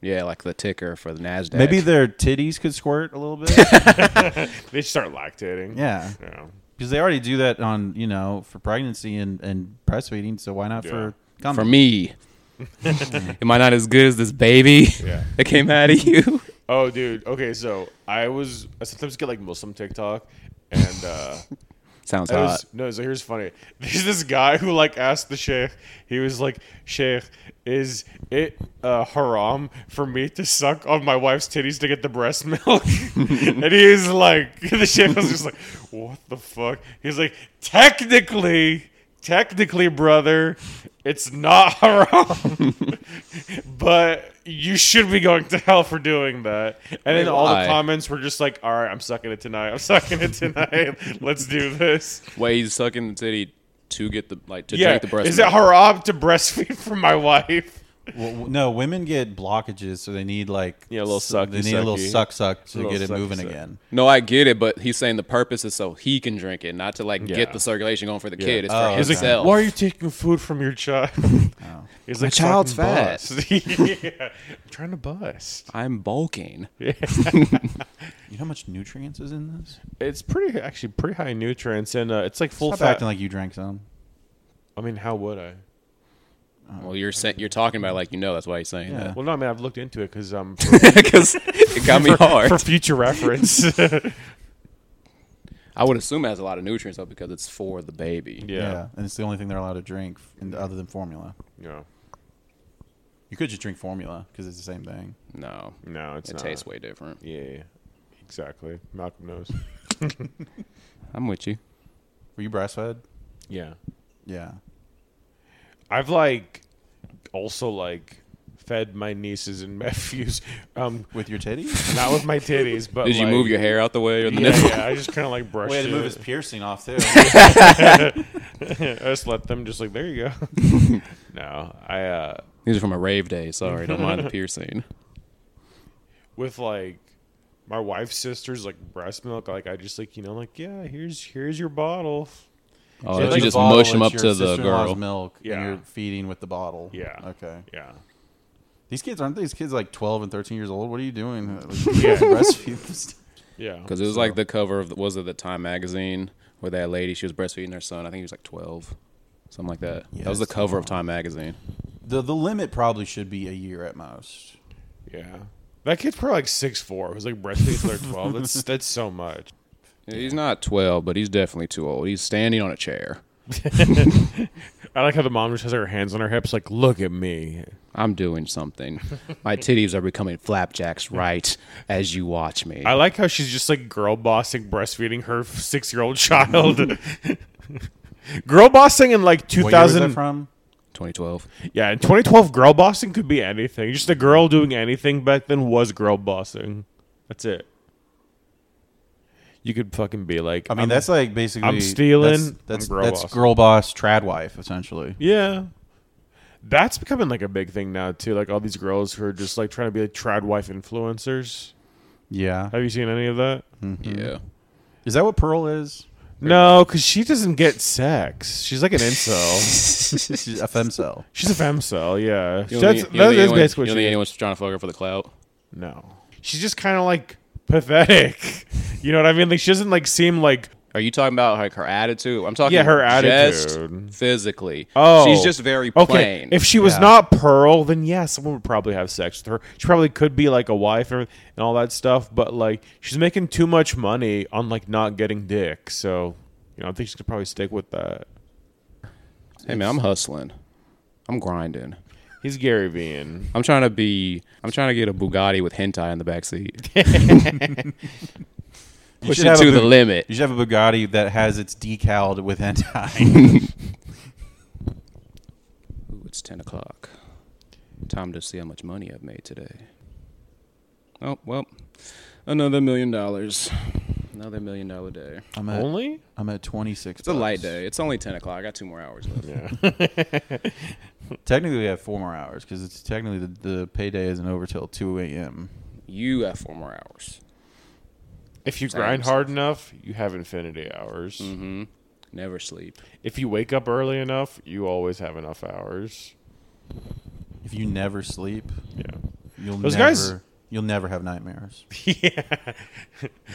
Speaker 2: yeah, like the ticker for the Nasdaq.
Speaker 3: Maybe their titties could squirt a little bit.
Speaker 1: they start lactating.
Speaker 3: yeah.
Speaker 1: Yeah.
Speaker 3: Because they already do that on, you know, for pregnancy and, and breastfeeding. So why not for
Speaker 1: um,
Speaker 3: cum?
Speaker 2: for me. Am I not as good as this baby
Speaker 1: Yeah.
Speaker 2: that came out of you?
Speaker 1: Oh, dude. Okay, so I was I sometimes get like Muslim TikTok, and uh
Speaker 2: Sounds
Speaker 1: That
Speaker 2: hot.
Speaker 1: was- no, so here's funny. There's this guy who like asked the sheikh. He was like, "Sheikh, is it uh, haram for me to suck on my wife's titties to get the breast milk?" and he was like, the sheikh was just like, "What the fuck?" He's like, "Technically, technically, brother, it's not haram, but." You should be going to hell for doing that. And then all the
Speaker 2: Why?
Speaker 1: comments were just like, all right, I'm sucking it tonight. I'm sucking it tonight. Let's do this.
Speaker 2: Wait, he's sucking the titty to get the like to
Speaker 1: Yeah,
Speaker 2: drink the breast.
Speaker 1: is it
Speaker 2: milk.
Speaker 1: haram to breastfeed for my wife?
Speaker 3: Well, w- no, women get blockages, so they need like
Speaker 1: Yeah, a little
Speaker 3: s- They
Speaker 1: sucky,
Speaker 3: need a little
Speaker 1: sucky.
Speaker 3: suck suck to
Speaker 1: little
Speaker 3: get it
Speaker 1: sucky,
Speaker 3: moving
Speaker 1: suck.
Speaker 3: again.
Speaker 2: No, I get it, but he's saying the purpose is so he can drink it, not to like
Speaker 1: Yeah.
Speaker 2: get the circulation going for the kid. It's
Speaker 3: Oh,
Speaker 2: for
Speaker 3: okay.
Speaker 1: He's like,
Speaker 2: himself.
Speaker 1: why are you taking food from your child? He's like,
Speaker 2: child's
Speaker 1: "Fucking
Speaker 2: fat."
Speaker 1: bust. yeah, I'm trying to bust.
Speaker 2: I'm bulking.
Speaker 3: You know how much nutrients is in this?
Speaker 1: It's pretty, actually, pretty high nutrients, and uh, it's like full
Speaker 3: Stop
Speaker 1: fat.
Speaker 3: acting like you drank some.
Speaker 1: I mean, how would I?
Speaker 2: Well, you're sa- you're talking about it like you know. That's why he's saying
Speaker 3: Yeah.
Speaker 2: that.
Speaker 1: Well, no, I mean, I've looked into it because um,
Speaker 2: 'Cause that because it got me
Speaker 1: for,
Speaker 2: hard.
Speaker 1: for future reference. yeah.
Speaker 2: I would assume it has a lot of nutrients though because it's for the baby.
Speaker 3: Yeah.
Speaker 1: yeah,
Speaker 3: and it's the only thing they're allowed to drink, f- and other than formula. You could just drink formula because it's the same thing.
Speaker 2: No,
Speaker 1: no, it's
Speaker 2: it
Speaker 1: not.
Speaker 2: tastes way different.
Speaker 1: Yeah, exactly. Malcolm knows.
Speaker 2: I'm with you.
Speaker 3: Were you breastfed?
Speaker 1: yeah.
Speaker 3: Yeah.
Speaker 1: I've like also like fed my nieces and nephews, um,
Speaker 3: With your titties?
Speaker 1: not with my titties, but
Speaker 2: Did you
Speaker 1: like-
Speaker 2: move your hair out the way or the
Speaker 1: Yeah,
Speaker 2: nipple?
Speaker 1: yeah, I just kind of like brushed
Speaker 3: Way to move
Speaker 1: it.
Speaker 3: his piercing off too.
Speaker 1: I just let them just like there you go. no, I uh
Speaker 2: These are from a rave day. Sorry, don't mind the piercing.
Speaker 1: with like my wife's sister's like breast milk. Like I just like you know like yeah here's here's your bottle.
Speaker 2: Oh,
Speaker 1: So
Speaker 2: that
Speaker 1: like
Speaker 2: you
Speaker 1: a
Speaker 2: just
Speaker 3: bottle,
Speaker 2: mush them up
Speaker 3: it's your
Speaker 2: to the
Speaker 3: sister-in-law's
Speaker 2: girl.
Speaker 3: milk, and
Speaker 1: Yeah.
Speaker 3: you're feeding with the bottle.
Speaker 1: Yeah.
Speaker 3: Okay.
Speaker 1: Yeah.
Speaker 3: These kids aren't these kids like 12 and 13 years old. What are you doing? Like,
Speaker 1: Yeah.
Speaker 3: breastfeed this-
Speaker 1: Yeah.
Speaker 2: Because it was like the cover of was it the Time magazine where that lady she was breastfeeding her son. I think he was like twelve, something like that. that was the
Speaker 3: Yes.
Speaker 2: cover of Time magazine.
Speaker 3: The the limit probably should be a year at most.
Speaker 1: yeah. That kid's probably like six four. It was like breastfeeding till they're twelve. That's that's so much.
Speaker 2: He's not twelve, but he's definitely too old. He's standing on a chair.
Speaker 1: I like how the mom just has her hands on her hips, like look at me.
Speaker 2: I'm doing something. My titties are becoming flapjacks right as you watch me.
Speaker 1: I like how she's just like girl bossing, breastfeeding her six year old child. girl bossing in like
Speaker 3: What year was that
Speaker 1: 2000.
Speaker 3: from?
Speaker 2: 2012.
Speaker 1: Yeah, in 2012, girl bossing could be anything. Just a girl doing anything back then was girl bossing. That's it. You could fucking be like,
Speaker 3: I mean,
Speaker 1: I'm-
Speaker 3: that's like basically
Speaker 1: I'm stealing, I'm
Speaker 3: That's that's,
Speaker 1: girl
Speaker 3: that's
Speaker 1: boss.
Speaker 3: girl boss trad wife essentially.
Speaker 1: yeah. That's becoming like a big thing now too. Like all these girls who are just like trying to be like trad wife influencers.
Speaker 3: Yeah.
Speaker 1: Have you seen any of that?
Speaker 2: Yeah.
Speaker 3: Is that what Pearl is?
Speaker 1: No, because she doesn't get sex. She's like an incel.
Speaker 3: She's a femcel.
Speaker 1: She's a femcel, yeah.
Speaker 2: You don't
Speaker 1: That's,
Speaker 2: think- you don't
Speaker 1: that
Speaker 2: think
Speaker 1: is basically
Speaker 2: anyone- you
Speaker 1: what
Speaker 2: don't think
Speaker 1: she is.
Speaker 2: anyone's trying to fuck her for the clout.
Speaker 1: No. She's just kind of like pathetic. You know what I mean? Like she doesn't like seem like
Speaker 2: Are you talking about like her attitude? I'm talking
Speaker 1: Yeah, her
Speaker 2: just
Speaker 1: attitude.
Speaker 2: physically.
Speaker 1: oh
Speaker 2: she's just very plain.
Speaker 1: Okay, if she was
Speaker 3: Yeah.
Speaker 1: not Pearl, then yeah, someone would probably have sex with her. She probably could be like a wife and, and all that stuff, but like she's making too much money on like not getting dick. So you know, I think she could probably stick with that.
Speaker 2: hey man, I'm hustling. I'm grinding.
Speaker 1: He's Gary Vee.
Speaker 2: I'm trying to be. I'm trying to get a Bugatti with hentai in the back seat.
Speaker 3: You
Speaker 2: Push
Speaker 3: should
Speaker 2: it
Speaker 3: have a
Speaker 2: to the
Speaker 3: Bu-
Speaker 2: limit.
Speaker 3: You should have a Bugatti that has its decaled with hentai.
Speaker 2: Ooh, it's ten o'clock. Time to see how much money I've made today. Oh well, another million dollars. Another million dollar day.
Speaker 3: I'm at
Speaker 1: Only?
Speaker 3: I'm at 26.
Speaker 2: It's a light day. It's only ten o'clock. I got two more hours left.
Speaker 1: Yeah.
Speaker 3: Technically, we have four more hours because it's technically the, the payday isn't over till 2 a.m.
Speaker 2: You have four more hours.
Speaker 1: If you
Speaker 2: Sorry,
Speaker 1: grind
Speaker 2: I'm so-
Speaker 1: hard enough, you have infinity hours.
Speaker 2: Mm-hmm. Never sleep.
Speaker 1: If you wake up early enough, you always have enough hours.
Speaker 3: If you never sleep,
Speaker 1: Yeah.
Speaker 3: you'll
Speaker 1: Those
Speaker 3: never
Speaker 1: guys-
Speaker 3: you'll never have nightmares.
Speaker 1: yeah.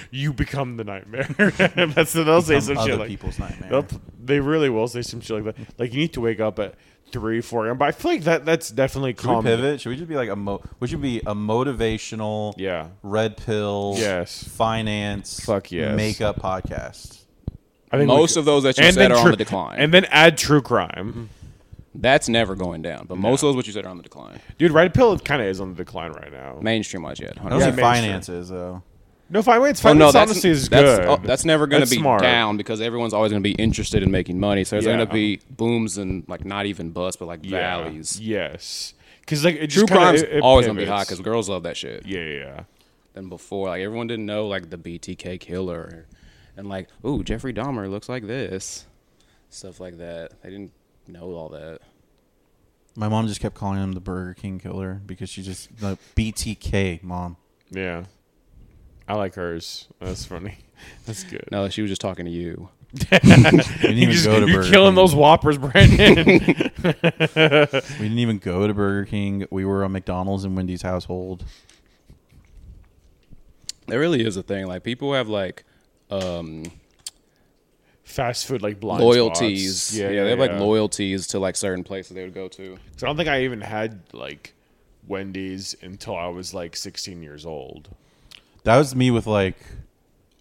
Speaker 1: you become the nightmare. That's they'll say
Speaker 3: Become
Speaker 1: some
Speaker 3: other
Speaker 1: shit like
Speaker 3: people's nightmare.
Speaker 1: they'll- they really will say some shit like that. Like you need to wake up at three, four a.m. But I feel like that that's definitely
Speaker 3: Should we
Speaker 1: common.
Speaker 3: pivot? Should we just be like a mo? Would you be a motivational?
Speaker 1: Yeah.
Speaker 3: Red pill.
Speaker 1: Yes.
Speaker 3: Finance.
Speaker 1: Fuck yes.
Speaker 3: Makeup podcast.
Speaker 1: I think we
Speaker 2: Most
Speaker 1: could-
Speaker 2: of those that you
Speaker 1: and
Speaker 2: said
Speaker 1: then
Speaker 2: are on
Speaker 1: true-
Speaker 2: the decline.
Speaker 1: And then add true
Speaker 3: Mm-hmm.
Speaker 1: crime,
Speaker 2: That's never going down. But most of those what you said are on the decline.
Speaker 1: dude. Red pill kind of is on the decline right now.
Speaker 2: Mainstream wise yet. 100%.
Speaker 3: I
Speaker 1: Yeah,
Speaker 3: don't see
Speaker 1: mainstream.
Speaker 3: finances though.
Speaker 1: No, finance,
Speaker 2: Oh,
Speaker 1: finance
Speaker 2: no, that's,
Speaker 1: honestly is
Speaker 2: that's,
Speaker 1: good.
Speaker 2: oh, that's never going to
Speaker 1: That's
Speaker 2: be
Speaker 1: smart.
Speaker 2: down because everyone's always going to be interested in making money. So there's
Speaker 1: Yeah.
Speaker 2: going to be booms and like not even busts, but like valleys.
Speaker 1: Yes, because like it
Speaker 2: True
Speaker 1: just kinda-
Speaker 2: crime's
Speaker 1: it- it
Speaker 2: always going to be hot
Speaker 1: pivots.
Speaker 2: because girls love that shit.
Speaker 1: yeah, yeah, yeah.
Speaker 2: Than before, like everyone didn't know like the BTK killer, and like ooh Jeffrey Dahmer looks like this, stuff like that. They didn't know all that.
Speaker 3: My mom just kept calling him the Burger King killer because she just like BTK mom.
Speaker 1: Yeah. I like hers. That's funny. That's good.
Speaker 2: No, she was just talking to you.
Speaker 3: We didn't even go to
Speaker 1: you're
Speaker 3: Burger
Speaker 1: killing
Speaker 3: King.
Speaker 1: those whoppers, Brandon.
Speaker 3: We didn't even go to Burger King. We were on McDonald's and Wendy's household.
Speaker 2: It really is a thing. Like people have like um
Speaker 1: Fast food like blind
Speaker 2: loyalties.
Speaker 1: spots.
Speaker 2: Yeah,
Speaker 1: Yeah,
Speaker 2: they have like
Speaker 1: yeah.
Speaker 2: loyalties to like certain places they would go to.
Speaker 1: 'Cause I don't think I even had like Wendy's until I was like 16 years old.
Speaker 3: That was me with like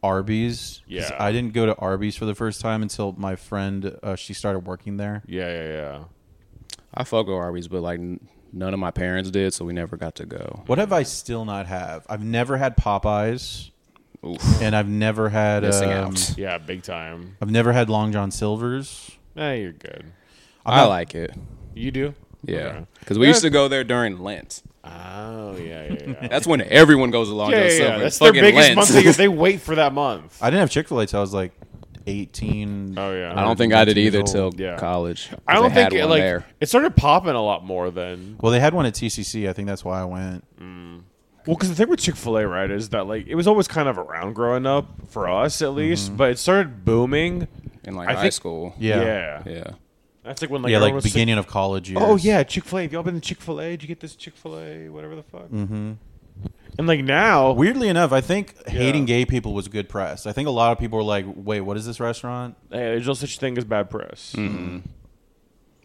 Speaker 3: Arby's. 'Cause
Speaker 1: Yeah.
Speaker 3: I didn't go to Arby's for the first time until my friend uh, she started working there.
Speaker 1: Yeah, yeah, yeah.
Speaker 2: I fuck with Arby's, but like n- none of my parents did, so we never got to go.
Speaker 3: What have I still not have? I've never had Popeyes,
Speaker 2: Oof.
Speaker 3: and I've never had
Speaker 2: Missing
Speaker 3: um,
Speaker 2: out.
Speaker 1: Yeah, big time.
Speaker 3: I've never had Long John Silver's.
Speaker 1: Nah, you're good.
Speaker 2: I like it.
Speaker 1: You do?
Speaker 2: Yeah,
Speaker 1: Okay.
Speaker 2: because we used to go there during Lent.
Speaker 1: Oh, yeah, yeah, yeah.
Speaker 2: That's when everyone goes along.
Speaker 1: yeah, yeah,
Speaker 2: to
Speaker 1: yeah.
Speaker 2: yeah,
Speaker 1: That's their biggest
Speaker 2: Lent.
Speaker 1: month because they wait for that month.
Speaker 3: I didn't have Chick Fil A till I was like eighteen.
Speaker 1: Oh, yeah.
Speaker 2: I don't think I did
Speaker 3: 19 years
Speaker 2: either
Speaker 3: old.
Speaker 2: till
Speaker 1: Yeah.
Speaker 2: college. 'cause
Speaker 1: I
Speaker 2: they
Speaker 1: don't
Speaker 2: had
Speaker 1: think it,
Speaker 2: one
Speaker 1: like
Speaker 2: there.
Speaker 1: it started popping a lot more then.
Speaker 3: Well, they had one at TCC. I think that's why I went.
Speaker 1: Well, because the thing with Chick Fil A, right, is that like it was always kind of around growing up for us at least, but it started booming.
Speaker 2: in like
Speaker 1: I
Speaker 2: high
Speaker 1: think-
Speaker 2: school.
Speaker 1: Yeah,
Speaker 3: Mm-hmm. Yeah.
Speaker 2: yeah.
Speaker 1: that's like when like
Speaker 3: Yeah,
Speaker 1: everyone
Speaker 3: like
Speaker 1: was-
Speaker 3: beginning of college years.
Speaker 1: Oh yeah, Chick Fil A. Have y'all been to Chick Fil A? Did you get this Chick Fil A? Whatever the fuck. Mm-hmm. And like now,
Speaker 3: Weirdly enough, I think hating
Speaker 1: Yeah.
Speaker 3: gay people was good press. I think a lot of people were like, "Wait, what is this restaurant?"
Speaker 1: hey, there's no such thing as bad press.
Speaker 3: Mm.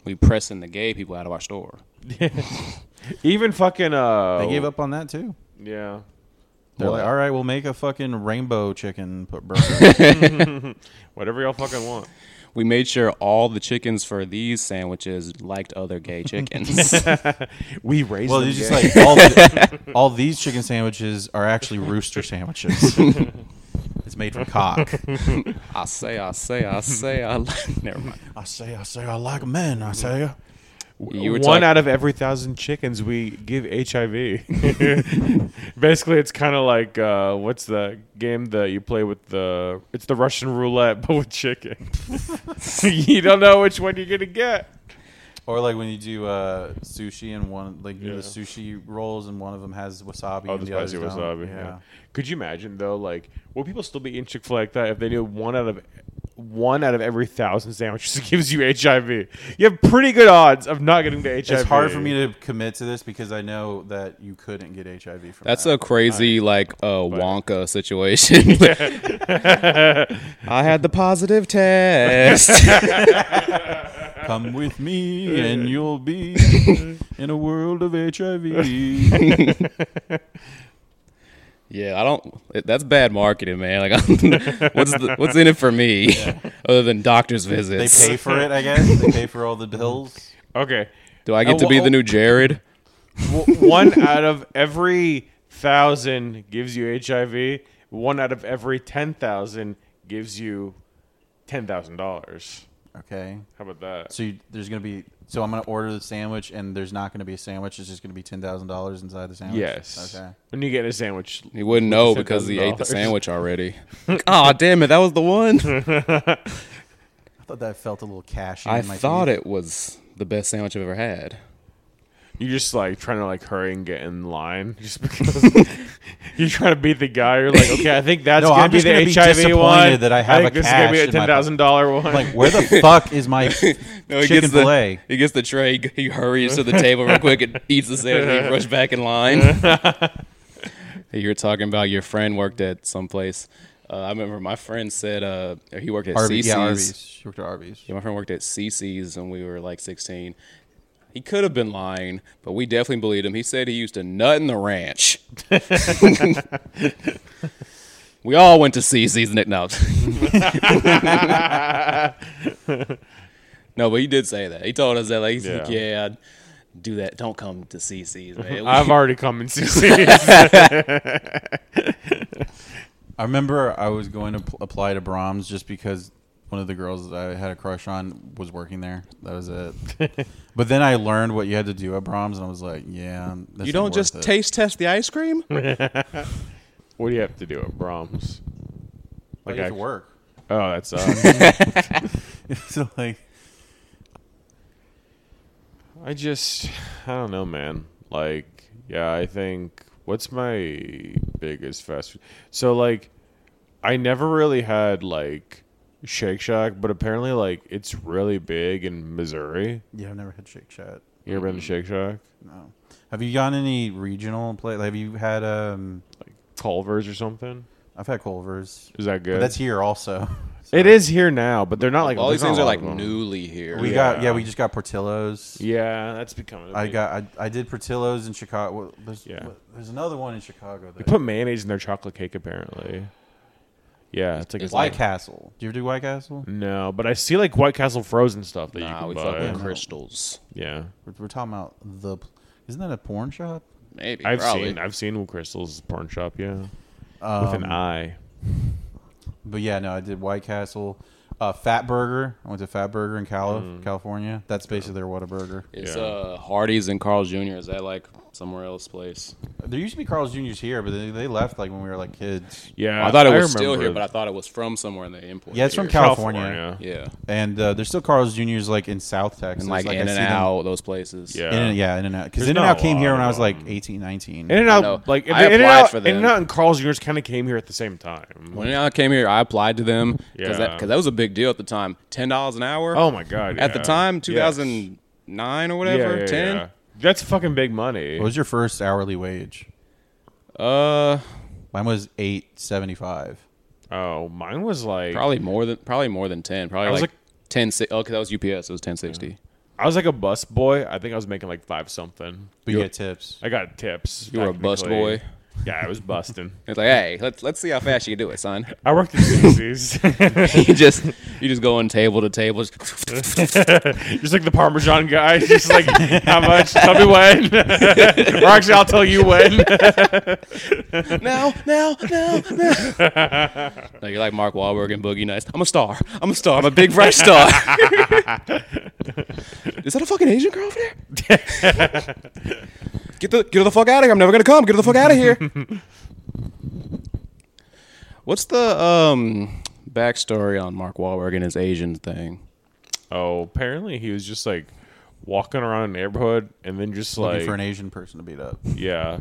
Speaker 2: We pressing the gay people out of our store.
Speaker 1: Even fucking uh,
Speaker 3: They gave up on that too.
Speaker 1: Yeah,
Speaker 3: They're
Speaker 2: Well,
Speaker 3: like, "All right, we'll make a fucking rainbow chicken put burger."
Speaker 1: whatever y'all fucking want.
Speaker 2: We made sure all the chickens for these sandwiches liked other gay chickens.
Speaker 1: We raised.
Speaker 3: well,
Speaker 1: them
Speaker 3: it's just
Speaker 1: gay.
Speaker 3: like all, the, all these chicken sandwiches are actually rooster sandwiches. it's made from cock.
Speaker 2: I say, I say, I say, I like. Never mind.
Speaker 3: I say, I say, I like men. I say,
Speaker 2: You were
Speaker 1: one
Speaker 2: talking-
Speaker 1: out of every thousand chickens we give HIV. Basically, it's kind of like uh, what's the game that you play with the? It's the Russian roulette, but with chicken. you don't know which one you're gonna get.
Speaker 3: or like when you do uh, sushi and one like you do
Speaker 1: Yeah.
Speaker 3: the sushi rolls and one of them has wasabi.
Speaker 1: Oh,
Speaker 3: and
Speaker 1: the
Speaker 3: the others
Speaker 1: spicy
Speaker 3: don't.
Speaker 1: wasabi. Yeah. Could you imagine though? Like, would people still be eating Chick Fil A like that if they knew one out of one out of every thousand sandwiches gives you HIV? You have pretty good odds of not getting the HIV.
Speaker 3: It's hard for me to commit to this because I know that you couldn't get HIV from
Speaker 2: That's
Speaker 3: that.
Speaker 2: a crazy like uh, Wonka situation. I had the positive test.
Speaker 3: Come with me and you'll be in a world of HIV.
Speaker 2: yeah, I don't. it- That's bad marketing, man. Like, I'm, what's the, what's in it for me other than doctor's
Speaker 3: they
Speaker 2: visits?
Speaker 3: pay for it, I guess. They pay for all
Speaker 2: Mm-hmm.
Speaker 3: the bills.
Speaker 1: Okay.
Speaker 2: Do I get
Speaker 1: Uh,
Speaker 2: to be
Speaker 1: well-
Speaker 2: the new Jared?
Speaker 1: W- one out of every thousand gives you HIV. One out of every ten thousand gives you ten thousand dollars.
Speaker 3: Okay.
Speaker 1: How about that?
Speaker 3: So you, there's gonna be. So I'm gonna order the sandwich, and there's not gonna be a sandwich. It's just gonna be ten thousand dollars inside the sandwich.
Speaker 1: Yes.
Speaker 3: Okay.
Speaker 1: When you get a sandwich,
Speaker 2: He wouldn't know
Speaker 1: Look at
Speaker 2: because he ate the
Speaker 1: $10.
Speaker 2: sandwich already. oh, damn it! That was the one.
Speaker 3: I thought that felt a little cashy.
Speaker 2: I
Speaker 3: in my
Speaker 2: thought
Speaker 3: teeth.
Speaker 2: it was the best sandwich I've ever had.
Speaker 1: you're just like trying to like hurry and get in line, just because you're trying to beat the guy. You're like, okay, I think that's
Speaker 3: No,
Speaker 1: gonna
Speaker 3: I'm
Speaker 1: be
Speaker 3: just
Speaker 1: the
Speaker 3: gonna be
Speaker 1: HIV one.
Speaker 3: disappointed that I have
Speaker 1: think
Speaker 3: a
Speaker 1: this is gonna be
Speaker 3: cash
Speaker 1: a
Speaker 3: in my
Speaker 1: ten
Speaker 3: pocket.
Speaker 1: thousand dollar one.
Speaker 3: Like, where the fuck is my
Speaker 2: No, he
Speaker 3: chicken
Speaker 2: gets the
Speaker 3: fillet?
Speaker 2: he gets the tray. g- He hurries to the table real quick and eats the sandwich. and he rushes back in line. Hey, you were talking about your friend worked at some place. Uh, I remember my friend said uh, he worked at
Speaker 3: Arby's.
Speaker 2: CC's.
Speaker 3: Yeah, Arby's. She worked at Arby's.
Speaker 2: Yeah, my friend worked at CC's when we were like 16. He could have been lying, but we definitely believed him. He said he used to nut in the ranch. we all went to CC's and it- no. no, but he did say that. He told us that like, he's like,
Speaker 1: Yeah.
Speaker 2: yeah, I'd do that. Don't come to CC's, man.
Speaker 1: I've already come and seen.
Speaker 3: I remember I was going to pl- apply to Brahms just because one of the girls that I had a crush on was working there. That was it. but then I learned what you had to do at Brahms, and I was like, yeah. This
Speaker 2: you
Speaker 3: ain't
Speaker 2: don't
Speaker 3: worth
Speaker 2: just
Speaker 3: it.
Speaker 2: taste test the ice cream?
Speaker 1: what do you have to do at Brahms?
Speaker 3: Like, you have
Speaker 1: I-
Speaker 3: to work.
Speaker 1: Oh, that sucks.
Speaker 3: so like,
Speaker 1: I just, I don't know, man. Like, yeah, I think what's my biggest fast food? So like, I never really had like Shake Shack, but apparently like it's really big in Missouri.
Speaker 3: yeah, I've never had Shake Shack.
Speaker 1: You ever been to
Speaker 2: Mm-hmm.
Speaker 1: Shake Shack?
Speaker 3: No. Have you gone any regional play? Have you had? um
Speaker 1: Like Culver's or something?
Speaker 3: I've had Culver's.
Speaker 1: Is that good?
Speaker 3: But that's here also. So
Speaker 1: it is here now, but they're not like
Speaker 2: all these
Speaker 1: there's not
Speaker 2: things
Speaker 1: a
Speaker 2: are
Speaker 1: lot
Speaker 2: like
Speaker 1: of them.
Speaker 2: newly here.
Speaker 3: We
Speaker 1: Yeah.
Speaker 3: got yeah. We just got Portillo's.
Speaker 1: Yeah, that's becoming. a
Speaker 3: I
Speaker 1: thing.
Speaker 3: got I, I did Portillo's in Chicago. Well, There's
Speaker 1: Yeah.
Speaker 3: well, there's another one in Chicago.
Speaker 1: They
Speaker 3: That,
Speaker 1: put mayonnaise in their chocolate cake apparently. Yeah, it's like
Speaker 2: It's
Speaker 1: it's
Speaker 3: White
Speaker 1: like.
Speaker 3: Castle. Do you ever do White Castle?
Speaker 1: No, but I see like White Castle frozen stuff that you
Speaker 2: Nah,
Speaker 1: can
Speaker 2: we
Speaker 1: buy.
Speaker 2: fuck with
Speaker 3: Yeah.
Speaker 2: crystals.
Speaker 1: Yeah,
Speaker 3: We're, we're talking about the. pl- Isn't that a porn shop?
Speaker 2: Maybe.
Speaker 1: I've
Speaker 2: probably.
Speaker 1: seen I've seen Will Crystal's porn shop. Yeah,
Speaker 3: Um,
Speaker 1: with an eye.
Speaker 3: But yeah, no, I did White Castle. Uh, Fat Burger. I went to Fat Burger
Speaker 1: Mm.
Speaker 3: in Cali- California. That's basically their Whataburger.
Speaker 2: Is
Speaker 1: Yeah.
Speaker 2: uh Hardee's and Carl's Jr. is that like somewhere else place.
Speaker 1: Uh,
Speaker 3: There used to be Carl's Juniors here, but they, they left like when we were like kids.
Speaker 1: Yeah,
Speaker 2: I thought it was still
Speaker 1: remember
Speaker 2: here, but I thought it was from somewhere and they imported.
Speaker 3: Yeah, it's
Speaker 2: it
Speaker 3: from
Speaker 2: here.
Speaker 3: California.
Speaker 2: Yeah,
Speaker 3: And uh, there's still Carl's Juniors like in South Texas,
Speaker 2: and like,
Speaker 3: I
Speaker 2: In
Speaker 3: see
Speaker 2: and
Speaker 3: them-
Speaker 2: Out, those places.
Speaker 1: Yeah.
Speaker 3: In and, yeah, In and Out. Because
Speaker 1: There's
Speaker 3: In and
Speaker 1: not
Speaker 3: Out
Speaker 1: a
Speaker 3: came here
Speaker 1: lot
Speaker 3: when I
Speaker 1: of
Speaker 3: was like
Speaker 1: them.
Speaker 3: 18, 19.
Speaker 1: In and
Speaker 2: know.
Speaker 1: out, like
Speaker 2: I
Speaker 1: In and
Speaker 2: applied
Speaker 1: out,
Speaker 2: for
Speaker 1: In and
Speaker 2: them.
Speaker 1: out, and Carl's Jr.'s kind of came here at the same time.
Speaker 2: When I came here, I applied to them because
Speaker 1: Yeah.
Speaker 2: that, 'cause that was a big deal at the time. Ten dollars an hour.
Speaker 1: Oh my god!
Speaker 2: At the
Speaker 1: yeah.
Speaker 2: time,
Speaker 1: Yes.
Speaker 2: two thousand nine or
Speaker 1: Yeah,
Speaker 2: whatever,
Speaker 1: yeah,
Speaker 2: ten.
Speaker 1: yeah. That's fucking big money.
Speaker 3: What was your first hourly wage?
Speaker 2: Uh,
Speaker 3: Mine was eight seventy five.
Speaker 1: Oh, mine was like
Speaker 2: probably more than probably more than ten. Probably
Speaker 1: I was
Speaker 2: like,
Speaker 1: like-
Speaker 2: ten. si- Oh, 'cause that was UPS. It was ten sixty.
Speaker 1: I was like a bus boy. I think I was making like five something.
Speaker 3: But you get tips.
Speaker 1: I got tips.
Speaker 2: You were a bus
Speaker 1: technically.
Speaker 2: boy.
Speaker 1: Yeah, I was busting.
Speaker 2: It's like, hey, let's let's see how fast you can do it, son.
Speaker 1: I worked at Macy's.
Speaker 2: you just you just go on table to table. Just
Speaker 1: just like the Parmesan guy. Just like, how much? Tell me when. or actually, I'll tell you when.
Speaker 2: no, no, no, no. no. You're like Mark Wahlberg and Boogie Nights. I'm a star. I'm a star. I'm a big bright star. Is that a fucking Asian girl over there? get the get her the fuck out of here. I'm never gonna come. Get her the fuck out of here. What's the um backstory on Mark Wahlberg and his Asian thing?
Speaker 1: oh, apparently he was just like walking around a neighborhood and then just
Speaker 3: Looking
Speaker 1: like,
Speaker 3: for an Asian person to beat up.
Speaker 1: yeah.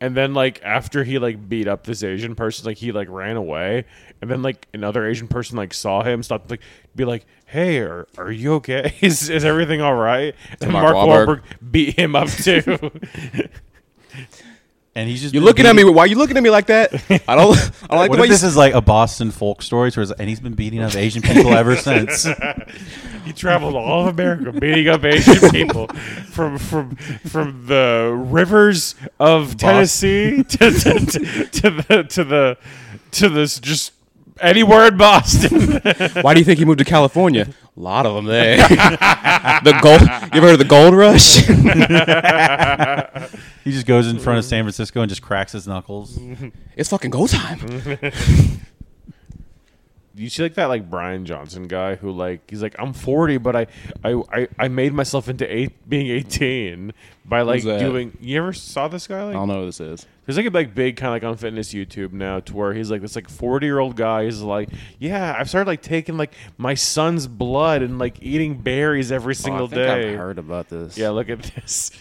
Speaker 1: And then like after he like beat up this Asian person, like he like ran away, and then like another Asian person like saw him, stopped like be like, "Hey, are, are you okay? Is is everything all right?" And
Speaker 2: Mark
Speaker 1: Mark,
Speaker 2: Wahlberg.
Speaker 1: Wahlberg beat him up too.
Speaker 3: And he's just
Speaker 2: You're
Speaker 3: been
Speaker 2: looking at me.
Speaker 3: beating-
Speaker 2: Why are you looking at me like that? I don't. I don't like
Speaker 3: What
Speaker 2: the way
Speaker 3: if
Speaker 2: you
Speaker 3: this is like a Boston folk story? So it's- and he's been beating up Asian people ever since.
Speaker 1: He traveled all of America beating up Asian people from from from the rivers of Tennessee to, to, to, to the to the to this just anywhere in Boston.
Speaker 2: Why do you think he moved to California? A lot of them there. the gold. You ever heard of the gold rush?
Speaker 3: He just goes in front of San Francisco and just cracks his knuckles.
Speaker 2: it's fucking go time.
Speaker 1: you see like that like Brian Johnson guy who like he's like I'm 40 but I I I, I made myself into eight being 18 by like
Speaker 2: that?
Speaker 1: doing you ever saw this guy
Speaker 2: I
Speaker 1: like
Speaker 2: don't know who this is.
Speaker 1: There's like a like big kind of like on fitness YouTube now to where he's like this like 40 year old guy is like, yeah, I've started like taking like my son's blood and like eating berries
Speaker 3: Oh,
Speaker 1: every
Speaker 2: Oh,
Speaker 1: single day.
Speaker 2: about this.
Speaker 1: Yeah, look at this.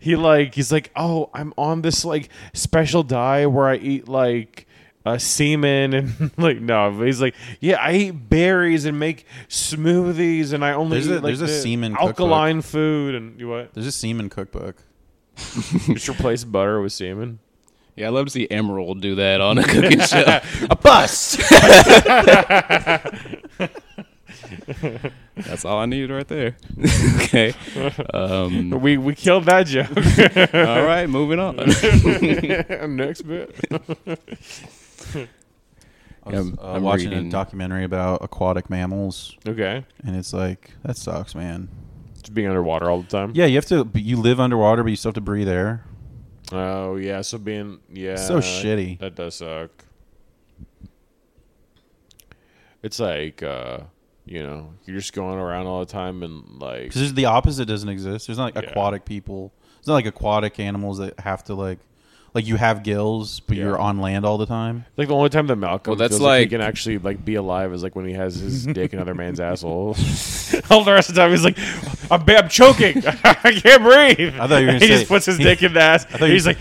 Speaker 1: He like he's like, oh, I'm on this like special diet where I eat like uh, semen and like no, but he's like, yeah, I eat berries and make smoothies and I only
Speaker 3: There's
Speaker 1: eat like
Speaker 3: a- there's a
Speaker 1: the
Speaker 3: semen cookbook.
Speaker 1: alkaline food and you what?
Speaker 3: There's a semen cookbook.
Speaker 1: Just replace butter with semen.
Speaker 2: Yeah, I love to see Emerald do that on a cooking show. A bust. That's all I needed right there. okay. Um,
Speaker 1: We we killed that joke.
Speaker 2: all right, moving on.
Speaker 1: Next bit.
Speaker 3: I was
Speaker 2: Yeah, I'm-
Speaker 3: uh,
Speaker 2: I'm
Speaker 3: watching
Speaker 2: reading.
Speaker 3: a documentary about aquatic mammals,
Speaker 1: Okay.
Speaker 3: and it's like that sucks, man.
Speaker 1: Just being underwater all the time.
Speaker 3: Yeah, you have to. but You live underwater, but you still have to breathe air.
Speaker 1: Oh yeah. So being yeah.
Speaker 3: So shitty.
Speaker 1: That does suck. It's like uh, you know, you're just going around all the time and like
Speaker 3: Because the opposite doesn't exist. There's not like
Speaker 1: Yeah.
Speaker 3: aquatic people. It's not like aquatic animals that have to like, like you have gills, but
Speaker 1: Yeah.
Speaker 3: you're on land all the time.
Speaker 1: like the only time that Malcolm
Speaker 2: Well, that's
Speaker 1: feels like,
Speaker 2: like-
Speaker 1: he can actually like be alive is like when he has his dick in other man's asshole. all the rest of the time he's like, I'm, ba- I'm choking. I can't breathe.
Speaker 3: I thought you were gonna
Speaker 1: he
Speaker 3: say-
Speaker 1: just puts his dick in the ass.
Speaker 3: thought you-
Speaker 1: He's like,